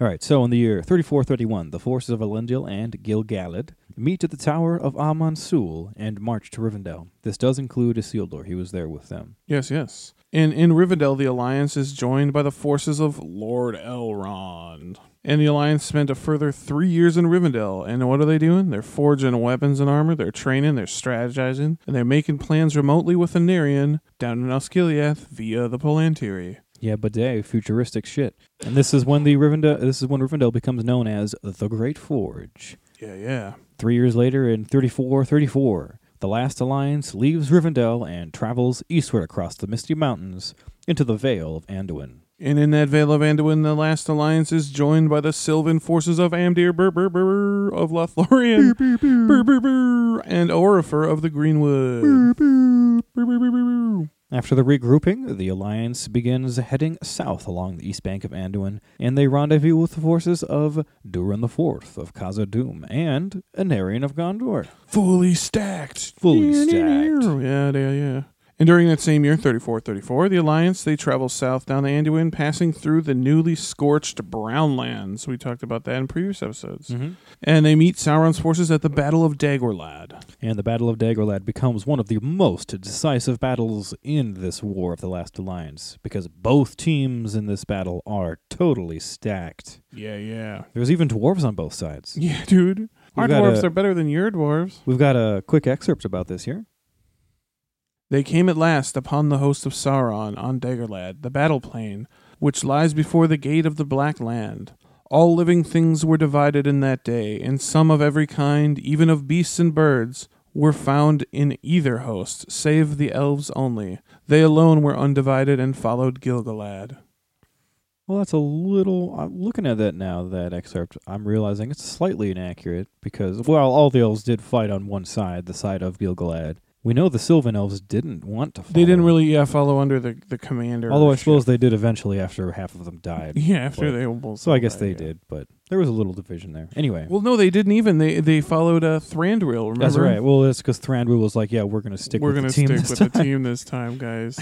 All right, so in the year 3431, the forces of Elendil and Gilgalad meet at the Tower of Amon Sul and march to Rivendell. This does include Isildur, he was there with them.
Yes, yes. In in Rivendell, the alliance is joined by the forces of Lord Elrond. And the alliance spent a further three years in Rivendell. And what are they doing? They're forging weapons and armor. They're training. They're strategizing, and they're making plans remotely with Anarion down in Osgiliath via the Palantiri.
Yeah, but day, futuristic shit. And this is when the Rivendell this is when Rivendell becomes known as the Great Forge.
Yeah, yeah.
3 years later in 3434, the last alliance leaves Rivendell and travels eastward across the Misty Mountains into the Vale of Anduin.
And in that Vale of Anduin, the last alliance is joined by the Sylvan forces of Amdir Bur Bur Bur of Lothlorien Bur Bur Bur and Orifer of the Greenwood. Bur Bur Bur Bur Bur.
After the regrouping, the Alliance begins heading south along the east bank of Anduin, and they rendezvous with the forces of Durin the Fourth of Khazad Dûm and Anarion of Gondor.
fully stacked.
Fully stacked.
Yeah, yeah, yeah. And during that same year, 3434, the Alliance, they travel south down the Anduin, passing through the newly scorched Brownlands. We talked about that in previous
Mm.
episodes. And they meet Sauron's forces at the Battle of Dagorlad.
And the Battle of Dagorlad becomes one of the most decisive battles in this War of the Last Alliance, because both teams in this battle are totally stacked.
Yeah, yeah.
There's even dwarves on both sides.
Yeah, dude. Our
got
dwarves
a-
are better than your dwarves.
We've got a quick excerpt about this here.
They came at last upon the host of Sauron on Dagorlad, the battle plain, which lies before the gate of the Black Land. All living things were divided in that day, and some of every kind, even of beasts and birds, were found in either host, save the elves only. They alone were undivided and followed Gilgalad.
Well, that's a little. I'm looking at that now, that excerpt. I'm realizing it's slightly inaccurate because, well, all the elves did fight on one side, the side of Gilgalad. We know the Sylvan elves didn't want to fight.
They didn't really yeah follow under the the commander.
Although I
of ship.
suppose they did eventually after half of them died.
yeah after
but-
they both
So I guess
died,
they
yeah.
did, but there was a little division there. Anyway,
Well, no, they didn't even. They they followed uh, Thranduil. Remember?
that's right. Well, it's because Thranduil was like, yeah, we're going to stick
We're
with
gonna
the team
stick
this
with
time.
the team this time, guys.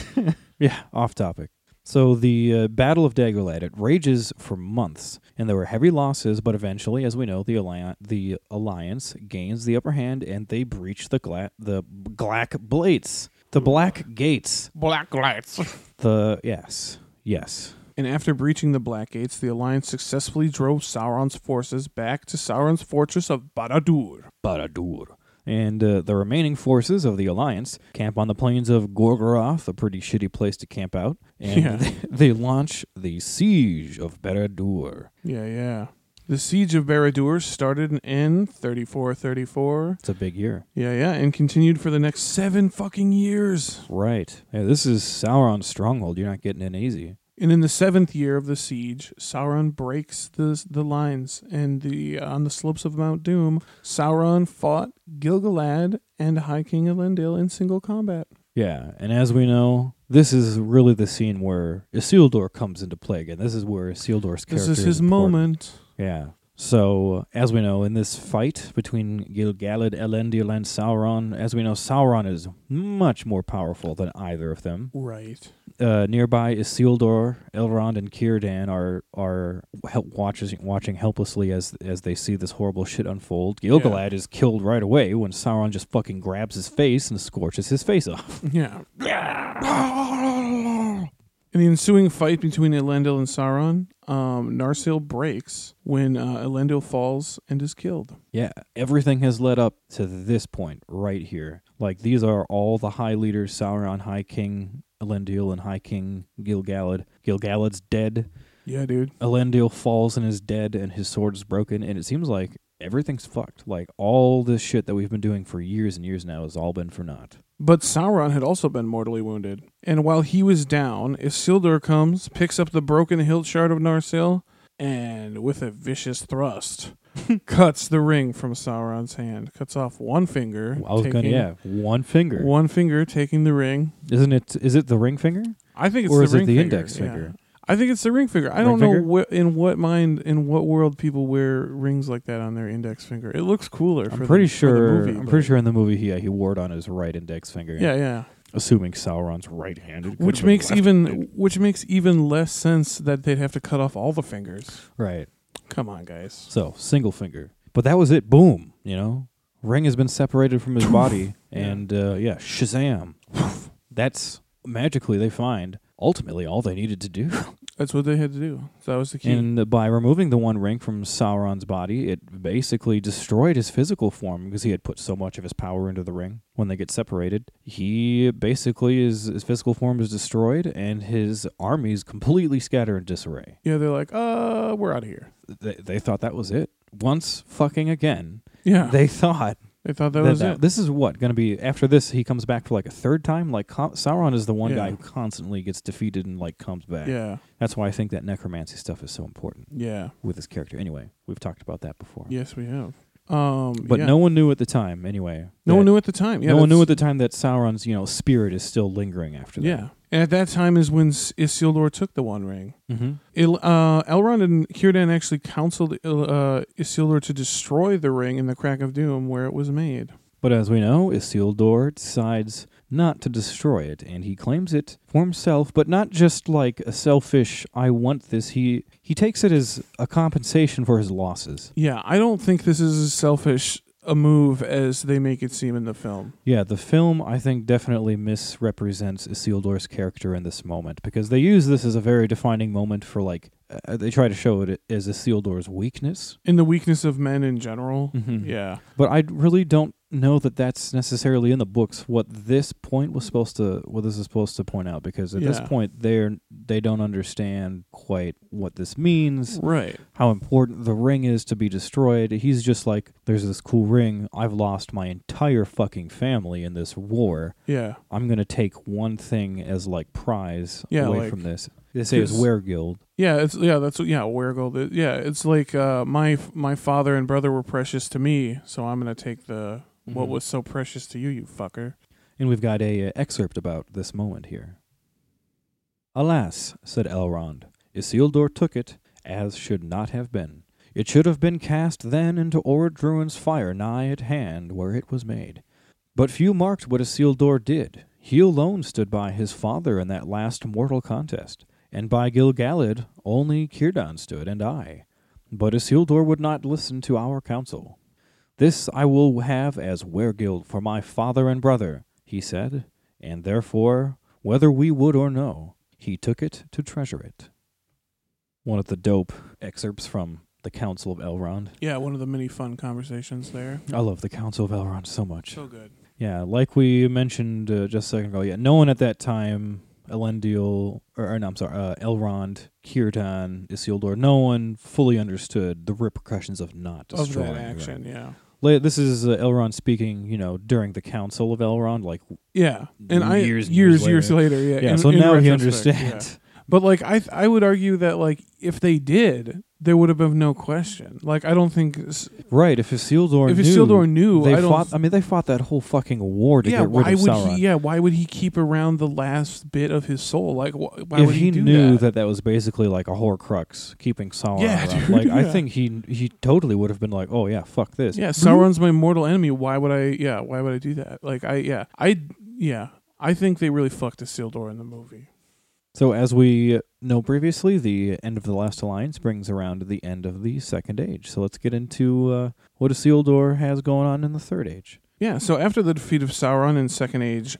Yeah, off topic. So the uh, Battle of Dagorlad it rages for months, and there were heavy losses. But eventually, as we know, the alliance the alliance gains the upper hand, and they breach the gla- the Black Blades, the Black Gates.
Black lights.
The yes, yes,
And after breaching the Black Gates, the Alliance successfully drove Sauron's forces back to Sauron's fortress of Barad-dûr.
Baradur. And uh, the remaining forces of the Alliance camp on the plains of Gorgoroth, a pretty shitty place to camp out, and
Yeah.
they, they launch the siege of Baradur.
Yeah, yeah. The siege of Barad-dûr started and ended 34-34.
It's a big year.
Yeah, yeah, and continued for the next seven fucking years.
Right. Yeah, this is Sauron's stronghold. You're not getting in easy.
And in the seventh year of the siege, Sauron breaks the the lines, and the uh, on the slopes of Mount Doom, Sauron fought Gilgalad and High King Elendil in single combat.
Yeah, and as we know, this is really the scene where Isildur comes into play again. This is where Isildur's character
This is his
important.
moment.
Yeah. So, as we know, in this fight between Gilgalad, Elendil, and Sauron, as we know, Sauron is much more powerful than either of them.
Right.
Uh, nearby, Isildur, Elrond, and Círdan are are help watches, watching helplessly as as they see this horrible shit unfold. Gilgalad is killed right away when Sauron just fucking grabs his face and scorches his face off.
Yeah. In the ensuing fight between Elendil and Sauron, um, Narsil breaks when uh, Elendil falls and is killed.
Yeah, everything has led up to this point right here. Like these are all the high leaders: Sauron, High King Elendil, and High King Gilgalad. Gilgalad's dead.
Yeah, dude.
Elendil falls and is dead, and his sword is broken, and it seems like everything's fucked. Like all this shit that we've been doing for years and years now has all been for naught.
But Sauron had also been mortally wounded. And while he was down, Isildur comes, picks up the broken hilt shard of Narsil, and with a vicious thrust, cuts the ring from Sauron's hand. Cuts off one finger.
I was gonna,
taking-
yeah, one finger.
One finger taking the ring.
Isn't it? Is it the ring finger?
I think it's
Or
the
is it
ring
the
finger.
index
yeah.
finger?
I think it's the ring finger. I don't
Ring
know
finger?
wh- in what mind, in what world people wear rings like that on their index finger. It looks cooler. for
I'm
the-
pretty
for the
sure.
movie,
I'm
but-
pretty sure in the movie, he yeah, he wore it on his right index finger.
Yeah, yeah.
assuming Sauron's right-handed, could've
Which
been
makes
left.
even which makes even less sense that they'd have to cut off all the fingers.
right.
Come on, guys.
So single finger, but that was it. Boom. You know, ring has been separated from his body, and uh, yeah, Shazam. That's magically they find ultimately all they needed to do.
That's what they had to do. That was the key.
And by removing the one ring from Sauron's body, it basically destroyed his physical form because he had put so much of his power into the ring. When they get separated, he basically is his physical form is destroyed and his armies completely scatter in disarray.
yeah, they're like, uh, we're out of here.
They, they thought that was it. Once fucking again,
Yeah, they,
they thought
thought that,
that-
was
that-
Oh, it.
this is what going to be after this he comes back for like a third time like Con- Sauron is the one
Yeah.
guy who constantly gets defeated and like comes back.
Yeah,
That's why I think that necromancy stuff is so important
yeah.
with this character. Anyway, we've talked about that before.
Yes, we have. Um,
But
yeah.
no one knew at the time, anyway.
no
that-
one knew at the time. Yeah,
no one knew at
that's-
the time that Sauron's, you know, spirit is still lingering after that.
Yeah, and at that time is when S- Isildur took the One Ring.
hmm
Il, uh, Elrond and Círdan actually counseled Il, uh, Isildur to destroy the ring in the Crack of Doom where it was made.
But as we know, Isildur decides not to destroy it, and he claims it for himself, but not just like a selfish "I want this." He he takes it as a compensation for his losses.
Yeah, I don't think this is as selfish a move as they make it seem in the film.
Yeah, the film I think definitely misrepresents Isildur's character in this moment because they use this as a very defining moment for like uh, they try to show it as Isildur's weakness.
In the weakness of men in general.
Mm-hmm.
Yeah.
But I really don't know that that's necessarily in the books what this point was supposed to what this is supposed to point out because at this
Yeah.
point they're they don't understand quite what this means,
Right.
how important the ring is to be destroyed. He's just like there's this cool ring. I've lost my entire fucking family in this war.
Yeah.
I'm going to take one thing as like prize
Yeah,
away
like-
from this. They say it's
Yes.
Weregild.
Yeah, it's yeah, that's yeah, Weregold. Yeah, it's like uh, my my father and brother were precious to me, so I'm gonna take the what
Mhm.
was so precious to you, you fucker.
And we've got a uh, excerpt about this moment here. Alas, said Elrond, Isildur took it, as should not have been. It should have been cast then into Orodruin's fire nigh at hand where it was made. But few marked what Isildur did. He alone stood by his father in that last mortal contest, and by Gilgalad only Círdan stood and I. But Isildur would not listen to our counsel. This I will have as weregild for my father and brother, he said, and therefore, whether we would or no, he took it to treasure it. One of the dope excerpts from the Council of Elrond.
Yeah, one of the many fun conversations there.
I love the Council of Elrond so much.
So good.
Yeah, like we mentioned uh, just a second ago, yeah, no one at that time, Elendil, or, or no, I'm sorry, uh, Elrond, Círdan, Isildur, no one fully understood the repercussions of not
Of
destroying
that
Rohan.
action, yeah.
La- This is uh, Elrond speaking, you know, during the Council of Elrond, like
Yeah, and I
Years
years
and
years
years
years later. yeah.
yeah.
Uh, in-
so
in
now he
retrospect, yeah.
understands.
But like I th- I would argue that like if they did, there would have been no question. Like I don't think s-
Right? If Isildur
if
knew,
Isildur knew,
they
I don't
fought. I mean, they fought that whole fucking war to
yeah,
get rid
why
of
would
Sauron.
he? Yeah, why would he keep around the last bit of his soul? Like, wh- why
if
would he,
he
do
knew
that?
that that was basically like a Horcrux keeping Sauron
Yeah,
around,
dude,
like I
yeah.
think he he totally would have been like, oh yeah, fuck this.
Yeah, Sauron's my mortal enemy. Why would I? Yeah, why would I do that? Like, I yeah, I yeah, I think they really fucked Isildur in the movie.
So as we know previously, the end of the Last Alliance brings around the end of the Second Age. So let's get into uh, what Isildur has going on in the Third Age.
Yeah, so after the defeat of Sauron in Second Age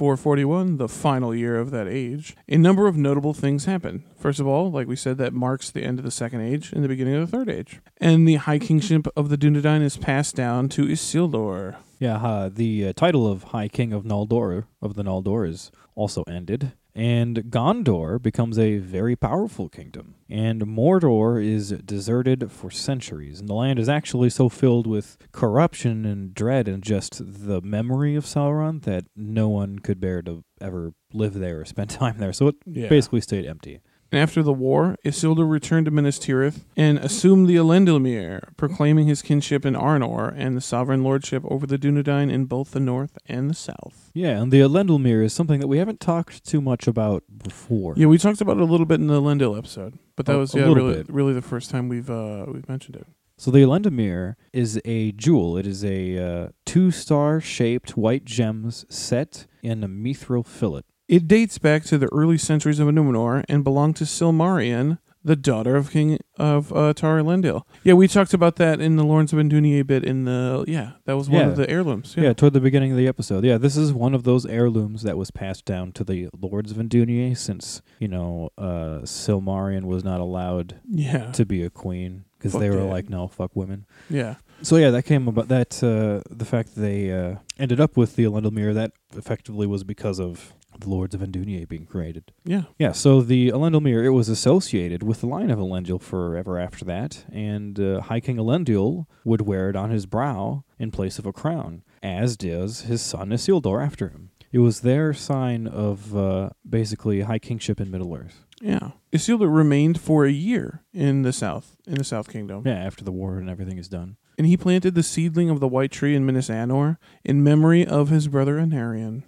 3441, the final year of that age, a number of notable things happen. First of all, like we said, that marks the end of the Second Age and the beginning of the Third Age. And the High Kingship of the Dunedain is passed down to Isildur.
Yeah, uh, the uh, title of High King of Noldor of the Noldor is also ended, and Gondor becomes a very powerful kingdom, and Mordor is deserted for centuries, and the land is actually so filled with corruption and dread and just the memory of Sauron that no one could bear to ever live there or spend time there. So it
Yeah.
basically stayed empty.
And after the war, Isildur returned to Minas Tirith and assumed the Elendilmere, proclaiming his kinship in Arnor and the sovereign lordship over the Dunedain in both the north and the south.
Yeah, and the Elendilmere is something that we haven't talked too much about before.
Yeah, we talked about it a little bit in the Elendil episode, but that
A-
was
a
yeah,
little
really,
bit.
really the first time we've uh, we've mentioned it.
So the Elendamere is a jewel. It is a uh, two-star shaped white gems set in a mithril fillet.
It dates back to the early centuries of Numenor and belonged to Silmarion, the daughter of King of uh, Tar Elendil. Yeah, we talked about that in the Lawrence of Andunier bit. In the yeah, that was one
Yeah.
of the heirlooms.
Yeah. toward the beginning of the episode. Yeah, this is one of those heirlooms that was passed down to the lords of Endunier since, you know, uh, Silmarion was not allowed
yeah,
to be a queen because
Fuck
they were
yeah.
like, no, fuck women.
yeah.
So yeah, that came about that uh, the fact that they uh, ended up with the Elendilmere that effectively was because of the lords of Endunier being created.
yeah.
Yeah, so the Elendilmere, it was associated with the line of Elendil forever after that, and uh, High King Elendil would wear it on his brow in place of a crown, as does his son Isildur after him. It was their sign of uh, basically high kingship in Middle Earth.
Yeah. Isildur remained for a year in the south, in the south kingdom.
Yeah, after the war and everything is done.
And he planted the seedling of the white tree in Minas Anor in memory of his brother Anarion.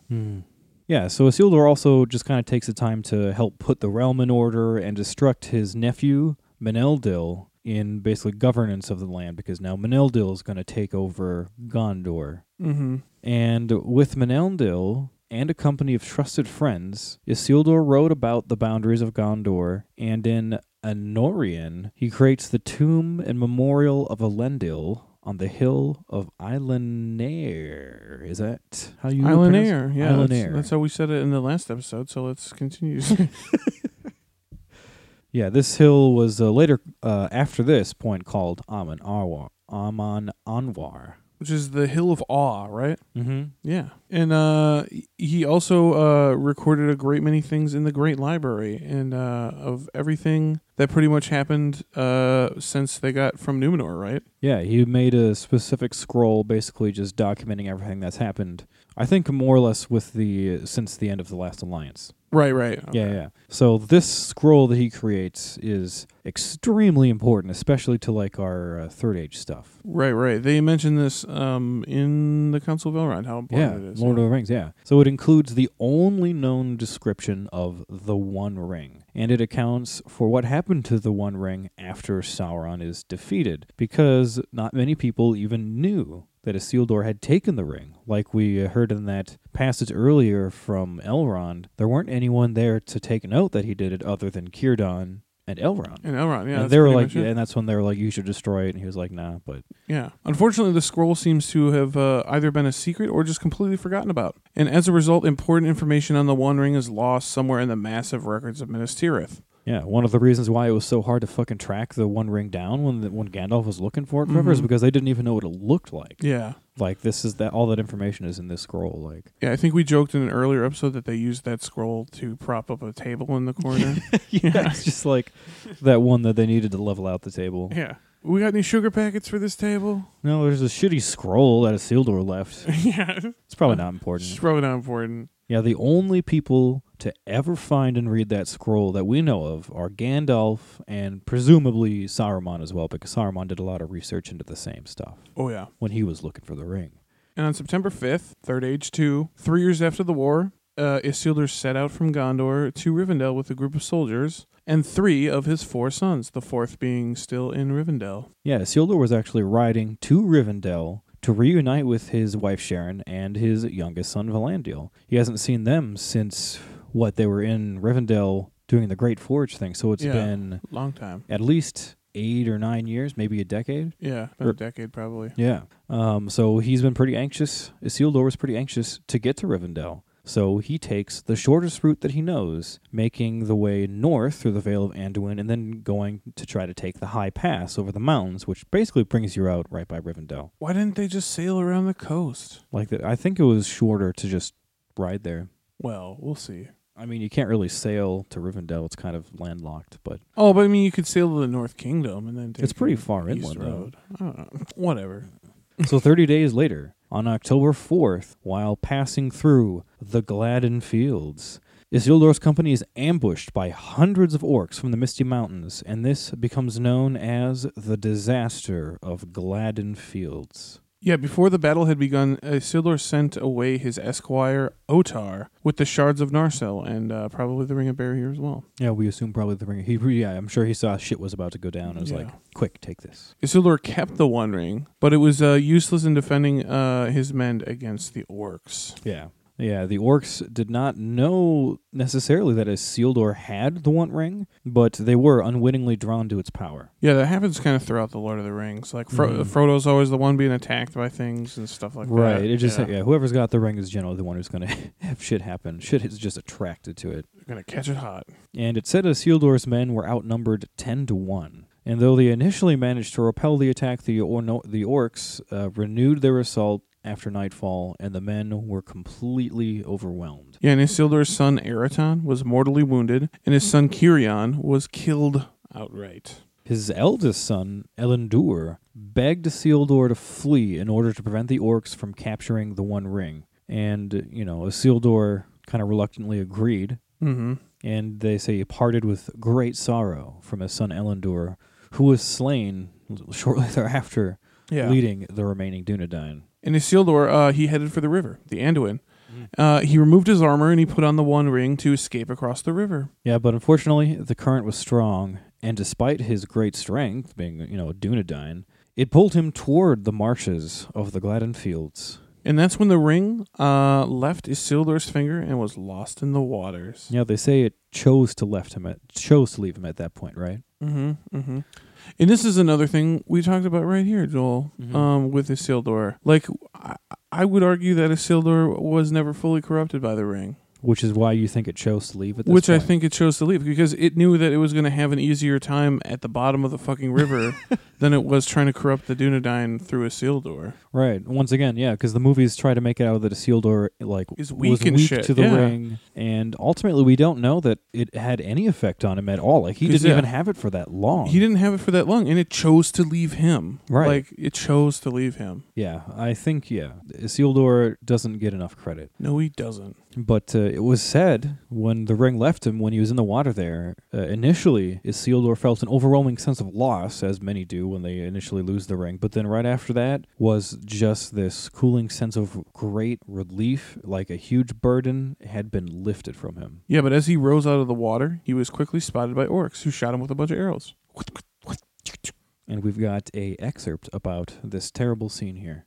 Yeah, so Isildur also just kind of takes the time to help put the realm in order and destruct his nephew, Meneldil, in basically governance of the land, because now Meneldil is going to take over Gondor.
Mm-hmm.
And with Menelndil and a company of trusted friends, Isildur rode about the boundaries of Gondor, and in Anorian, he creates the tomb and memorial of Elendil on the hill of Islandair. Is that how you would
Island
pronounce it?
Air. Yeah.
Island
that's,
Air.
that's how we said it in the last episode, so let's continue.
Yeah, this hill was uh, later, uh, after this point, called Amon Arwar. Amon Anwar.
Which is the Hill of Awe, right?
Mm-hmm.
Yeah. And uh, he also uh, recorded a great many things in the Great Library and uh, of everything that pretty much happened uh, since they got from Numenor, right?
Yeah, he made a specific scroll basically just documenting everything that's happened. I think more or less with the since the end of the last alliance.
Right, right.
Yeah,
okay.
yeah. So this scroll that he creates is extremely important, especially to like our uh, third age stuff.
Right, right. They mentioned this um, in the Council of Elrond, how important
yeah,
it is.
Lord
yeah.
of the Rings. Yeah. So it includes the only known description of the One Ring, and it accounts for what happened to the One Ring after Sauron is defeated, because not many people even knew that Isildur had taken the ring. Like we uh, heard in that passage earlier from Elrond, there weren't anyone there to take note that he did it other than Círdan and Elrond.
And Elrond, yeah.
and
that's
they were
pretty
like,
much it.
and that's when they were like, you should destroy it. And he was like, nah, but
Yeah. Unfortunately, the scroll seems to have uh, either been a secret or just completely forgotten about. And as a result, important information on the One Ring is lost somewhere in the massive records of Minas Tirith.
yeah, one of the reasons why it was so hard to fucking track the One Ring down when the, when Gandalf was looking for it, remember, is
Mhm.
because they didn't even know what it looked like.
Yeah.
Like this is that all that information is in this scroll. Like,
Yeah, I think we joked in an earlier episode that they used that scroll to prop up a table in the corner.
yeah, it's just like that one that they needed to level out the table.
yeah. We got any sugar packets for this table?
No, there's a shitty scroll that Isildur left.
yeah.
It's probably not important.
Just throw it on important.
Yeah, the only people to ever find and read that scroll that we know of are Gandalf and presumably Saruman as well, because Saruman did a lot of research into the same stuff
Oh, yeah.
when he was looking for the ring.
And on September 5th, Third Age 2, three years after the war, uh, Isildur set out from Gondor to Rivendell with a group of soldiers and three of his four sons, the fourth being still in Rivendell.
Yeah, Isildur was actually riding to Rivendell to reunite with his wife Sharon and his youngest son Valandil. He hasn't seen them since what they were in Rivendell doing the Great Forge thing, so it's
Yeah.
been
Long time.
at least 8 or 9 years, maybe a decade.
Yeah, been
Er-
a decade probably.
Yeah. Um, so he's been pretty anxious. Isildur was pretty anxious to get to Rivendell. So he takes the shortest route that he knows, making the way north through the Vale of Anduin and then going to try to take the high pass over the mountains, which basically brings you out right by Rivendell.
Why didn't they just sail around the coast?
Like, the, I think it was shorter to just ride there.
Well, we'll see.
I mean, you can't really sail to Rivendell. It's kind of landlocked, but
Oh, but I mean, you could sail to the North Kingdom and then take
it's pretty
the
far
east
inland, though.
road. I don't know. Whatever.
So 30 days later, on October 4th, while passing through the Gladden Fields, Isildur's company is ambushed by hundreds of orcs from the Misty Mountains, and this becomes known as the Disaster of Gladden Fields.
Yeah, before the battle had begun, Isildur sent away his esquire Otar with the shards of Narsil and uh, probably the Ring of Barrier as well.
Yeah, we assume probably the ring. He, yeah, I'm sure he saw shit was about to go down and was
Yeah.
like, quick, take this.
Isildur kept the One Ring, but it was uh, useless in defending uh, his men against the orcs.
Yeah. Yeah, the orcs did not know necessarily that Isildur had the One Ring, but they were unwittingly drawn to its power.
Yeah, that happens kind of throughout the Lord of the Rings. Like
Mhm.
Fro- Frodo's always the one being attacked by things and stuff like that.
right. It just
yeah.
yeah. Whoever's got the ring is generally the one who's going to have shit happen. Shit is just attracted to it.
They're gonna catch it hot.
And it said Isildur's men were outnumbered ten to one. And though they initially managed to repel the attack, the or- no, the orcs uh, renewed their assault after nightfall, and the men were completely overwhelmed.
Yeah, and Isildur's son Eraton was mortally wounded, and his son Kirion was killed outright.
His eldest son, Elendur, begged Isildur to flee in order to prevent the orcs from capturing the One Ring. And, you know, Isildur kind of reluctantly agreed,
Mm-hmm.
and they say he parted with great sorrow from his son Elendur, who was slain shortly thereafter,
Yeah.
leading the remaining Dunedain.
And Isildur, uh, he headed for the river, the Anduin.
Mm.
Uh, he removed his armor and he put on the One Ring to escape across the river.
Yeah, but unfortunately, the current was strong, and despite his great strength, being you know a Dunedain, it pulled him toward the marshes of the Gladden Fields.
And that's when the ring uh, left Isildur's finger and was lost in the waters.
Yeah, they say it chose to left him at chose to leave him at that point, right?
Mm-hmm, mm-hmm. And this is another thing we talked about right here, Joel,
Mhm.
um, with Isildur. Like, I, I would argue that Isildur was never fully corrupted by the ring,
Which is why you think it chose to leave at this
which I
point.
think it chose to leave because it knew that it was going to have an easier time at the bottom of the fucking river than it was trying to corrupt the Dunedain through a seal door.
Right. Once again, yeah, because the movies try to make it out that Isildur like
Is
was
weak and
weak
shit,
to the
yeah.
ring, and ultimately we don't know that it had any effect on him at all. Like he
'Cause,
didn't
yeah.
even have it for that long.
He didn't have it for that long, and it chose to leave him.
Right.
Like it chose to leave him.
yeah, I think yeah, Isildur doesn't get enough credit.
No, he doesn't.
But uh, it was said when the ring left him, when he was in the water there, uh, initially Isildur felt an overwhelming sense of loss, as many do when they initially lose the ring. But then right after that was just this cooling sense of great relief, like a huge burden had been lifted from him.
Yeah, but as he rose out of the water, he was quickly spotted by orcs who shot him with a bunch of arrows.
And we've got a excerpt about this terrible scene here.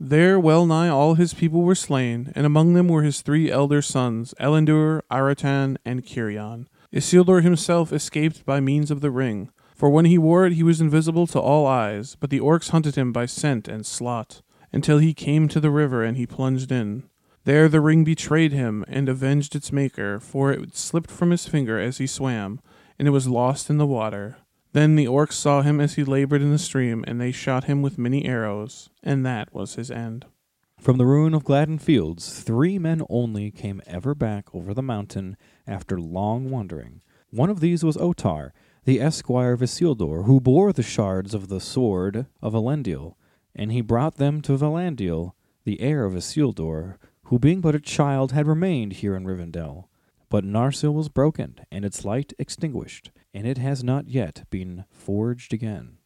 There well nigh all his people were slain, and among them were his three elder sons, Elendur, Aratan, and Kirion. Isildur himself escaped by means of the ring, for when he wore it he was invisible to all eyes, but the orcs hunted him by scent and slot, until he came to the river and he plunged in. There the ring betrayed him, and avenged its maker, for it slipped from his finger as he swam, and it was lost in the water. Then the orcs saw him as he labored in the stream, and they shot him with many arrows, and that was his end.
From the ruin of Gladden Fields, three men only came ever back over the mountain after long wandering. One of these was Otar, the esquire of Isildur, who bore the shards of the sword of Elendil, and he brought them to Valandil, the heir of Isildur, who being but a child had remained here in Rivendell. But Narsil was broken, and its light extinguished, and it has not yet been forged again.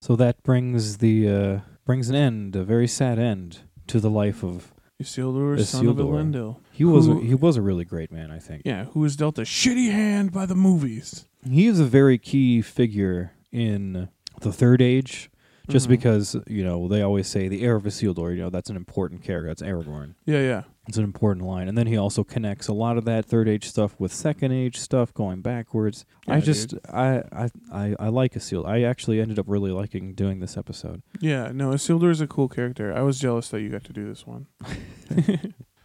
So that brings the uh, brings an end, a very sad end to the life of.
Isildur, son of
Isildur.
Elendil.
He was
Who-
he was a really great man, I think.
Yeah, who was dealt a shitty hand by the movies.
He is a very key figure in the Third Age, just
Mhm.
because you know they always say the heir of Isildur. You know that's an important character. That's Aragorn.
Yeah, yeah.
It's an important line, and then he also connects a lot of that Third Age stuff with Second Age stuff, going backwards. I
Yeah,
just
dude.
I, I I I like Isildur. I actually ended up really liking doing this episode.
Yeah, no, Isildur is a cool character. I was jealous that you got to do this one.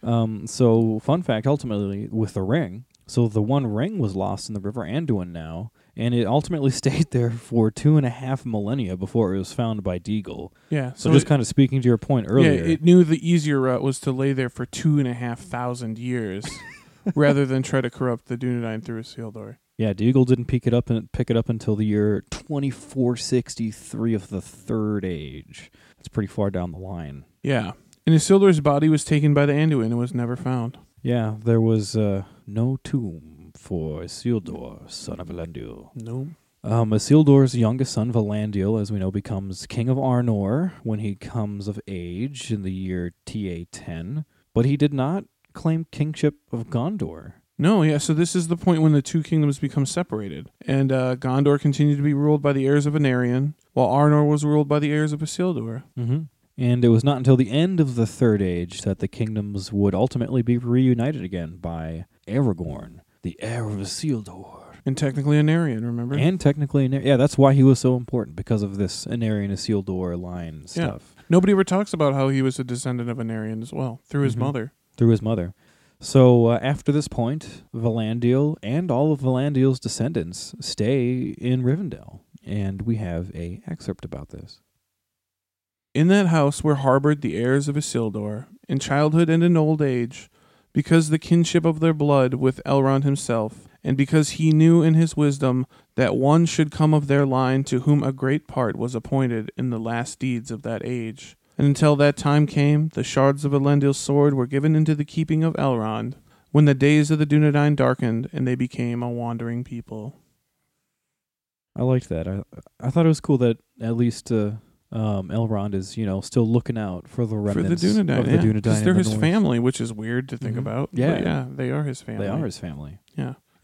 Um, so fun fact, ultimately with the ring, so the one ring was lost in the River Anduin now, and it ultimately stayed there for two and a half millennia before it was found by Deagle.
Yeah,
So,
so,
just
it-
kind of speaking to your point earlier,
Yeah, it knew the easier route was to lay there for two and a half thousand years rather than try to corrupt the Dunedain through Isildur.
yeah, Deagle didn't pick it up and pick it up until the year 2463 of the Third Age. That's pretty far down the line.
Yeah, and Isildur's body was taken by the Anduin and was never found.
Yeah, there was uh, no tomb for Isildur, son of Elendil.
Nope.
Um, Isildur's youngest son, Valandil, as we know, becomes king of Arnor when he comes of age in the year TA 10, but he did not claim kingship of Gondor.
No, yeah, so this is the point when the two kingdoms become separated. And uh, Gondor continued to be ruled by the heirs of Anarion, while Arnor was ruled by the heirs of Isildur.
Mm-hmm. And it was not until the end of the Third Age that the kingdoms would ultimately be reunited again by Aragorn, the heir of Isildur.
And technically Anarion, remember?
And technically, Anar- yeah, that's why he was so important because of this Anarian Isildur line stuff.
Nobody ever talks about how he was a descendant of Anarion as well, through his
Mhm.
mother.
through his mother. So uh, after this point, Valandil and all of Valandil's descendants stay in Rivendell, and we have a excerpt about this.
In that house were harbored the heirs of Isildur, in childhood and in old age, because the kinship of their blood with Elrond himself, and because he knew in his wisdom that one should come of their line to whom a great part was appointed in the last deeds of that age. And until that time came, the shards of Elendil's sword were given into the keeping of Elrond, when the days of the Dunedain darkened, and they became a wandering people.
I liked that. I I thought it was cool that at least uh, um, Elrond is you know still looking out for the
For the
remnants
Dunedain,
of the
yeah,
Dunedain.
'cause
and
they're
the
his
Nords.
family, which is weird to think
Mhm.
about. but
Yeah.
yeah, they are his family.
They are his family.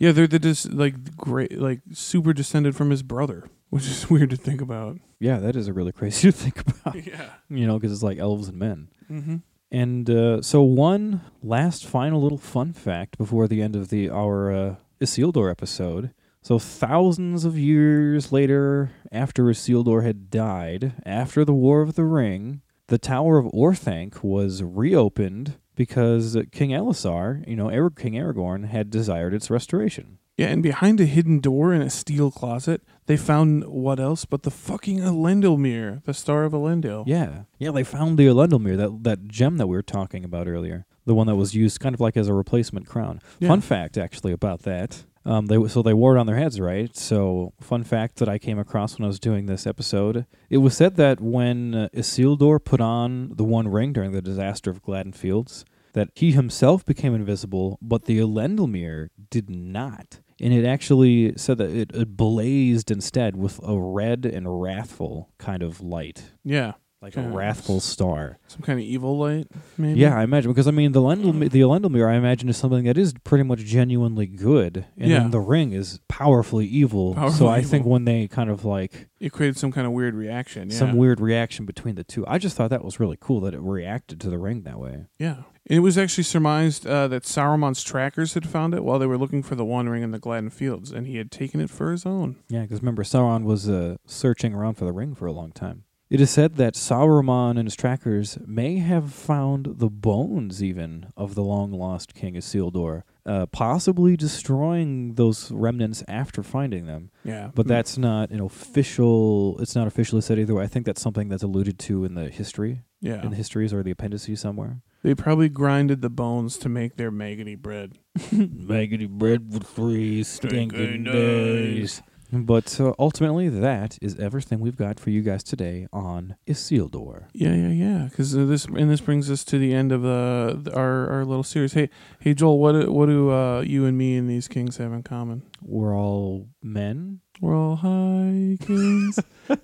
Yeah, they're the dis- like great like super descended from his brother, which is weird to think about.
Yeah, that is a really crazy to think about.
yeah.
You know, because it's like elves and men.
Mm-hmm.
And uh, so, one last final little fun fact before the end of the our uh, Isildur episode. So, thousands of years later, after Isildur had died, after the War of the Ring, the Tower of Orthanc was reopened because King Elisar, you know, Arag- King Aragorn, had desired its restoration.
Yeah, and behind a hidden door in a steel closet, they found what else but the fucking Elendilmere, the Star of Elendil.
Yeah. Yeah, they found the Elendilmere, that, that gem that we were talking about earlier. The one that was used kind of like as a replacement crown.
Yeah.
Fun fact, actually, about that. Um, they So they wore it on their heads, right? So, fun fact that I came across when I was doing this episode. It was said that when uh, Isildur put on the One Ring during the disaster of Gladden Fields, that he himself became invisible, but the Elendilmere did not. And it actually said that it, it blazed instead with a red and wrathful kind of light
Yeah.
like
Yeah.
a wrathful star.
Some kind of evil light, maybe?
Yeah, I imagine because I mean the Elendil, the Elendilmere, I imagine is something that is pretty much genuinely good, and
Yeah.
then the ring is powerfully evil. so
Powerfully
I think
evil.
when they kind of like
It created some kind of weird reaction. Yeah.
some weird reaction between the two, I just thought that was really cool that it reacted to the ring that way.
yeah. It was actually surmised uh, that Sauron's trackers had found it while they were looking for the One Ring in the Gladden Fields, and he had taken it for his own.
Yeah, because remember Sauron was uh, searching around for the ring for a long time. It is said that Sauron and his trackers may have found the bones, even of the long lost King Isildur, uh, possibly destroying those remnants after finding them.
Yeah.
But that's not an official. It's not officially said either way. I think that's something that's alluded to in the history,
Yeah.
in the histories or the appendices somewhere.
They probably grinded the bones to make their maggoty bread.
Maggoty bread with three
stinking days.
But uh, ultimately, that is everything we've got for you guys today on Isildur.
Yeah, yeah, yeah. Because this and this brings us to the end of uh, th- our our little series. Hey, hey, Joel, what do- what do uh, you and me and these kings have in common?
We're all men.
We're all high kings.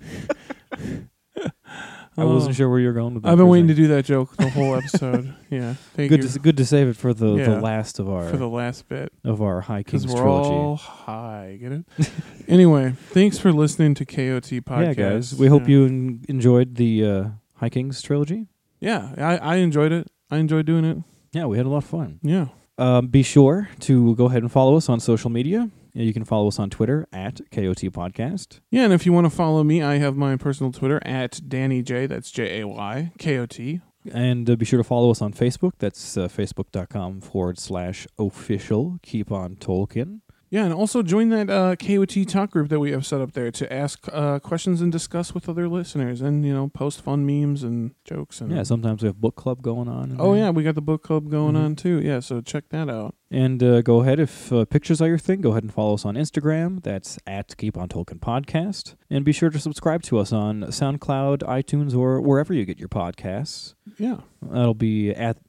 Oh.
I wasn't sure where you're going with that.
Uh, I've
for
been
a
waiting to
second.
do that joke the whole episode. yeah, thank
Good to
you
s- good to save it for the,
Yeah.
the last of our
for the last bit.
of our High
Because
Kings
we're
trilogy.
all high. Get it? anyway, thanks for listening to KOT
yeah,
podcast.
guys. We hope
Yeah.
you en- enjoyed the uh, High Kings trilogy.
Yeah, I, I enjoyed it. I enjoyed doing it.
Yeah, we had a lot of fun.
Yeah.
Um, be sure to go ahead and follow us on social media. You can follow us on Twitter at KOT Podcast.
Yeah, and if you want to follow me, I have my personal Twitter at Danny J. That's J A Y K O T.
And uh, be sure to follow us on Facebook. That's uh, facebook.com forward slash official keep on Tolkien.
Yeah, and also join that uh, KOT talk group that we have set up there to ask uh, questions and discuss with other listeners, and you know, post fun memes and jokes and
Yeah, sometimes we have book club going on. in
Mm-hmm. Oh
there.
yeah, we got the book club going
Mhm.
on too. Yeah, so check that out.
And uh, go ahead, if uh, pictures are your thing, go ahead and follow us on Instagram. That's at Keep On Tolkien Podcast. And be sure to subscribe to us on SoundCloud, iTunes, or wherever you get your podcasts.
Yeah,
That'll be at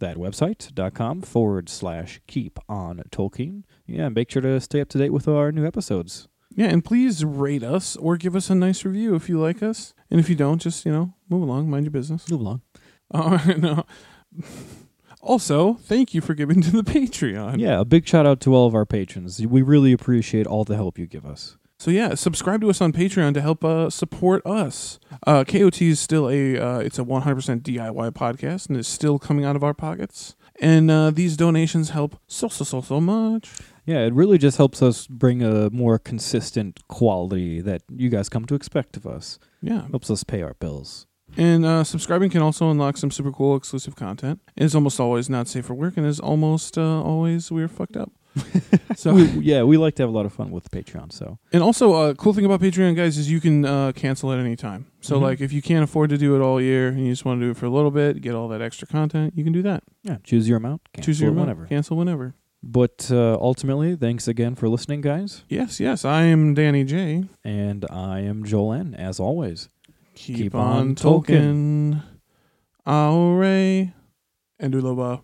that website.com forward slash keep on Tolkien. Yeah, and make sure to stay up to date with our new episodes.
yeah, and please rate us or give us a nice review if you like us, and if you don't, just you know, move along, mind your business.
Move along.
Uh, no. Also, thank you for giving to the Patreon.
Yeah, a big shout out to all of our patrons. We really appreciate all the help you give us.
So yeah, subscribe to us on Patreon to help uh, support us. Uh, KOT is still a uh, it's a 100% DIY podcast and is still coming out of our pockets. And uh, these donations help so so so so much.
Yeah, it really just helps us bring a more consistent quality that you guys come to expect of us.
Yeah,
Helps us pay our bills.
and uh, subscribing can also unlock some super cool exclusive content. It is almost always not safe for work, and is almost uh, always we're fucked up. so
We, yeah, we like to have a lot of fun with Patreon, so
And also, uh, cool thing about Patreon, guys, is you can uh, cancel at any time. So,
Mhm.
like, if you can't afford to do it all year and you just want to do it for a little bit, get all that extra content, you can do that.
yeah, choose your amount, cancel
Choose your
it
amount,
whenever.
Cancel whenever.
But uh, ultimately, thanks again for listening, guys.
Yes, yes. I am Danny J.
And I am Joel N, as always.
Keep,
Keep
on
on
Tolkien. Aure and Uloba.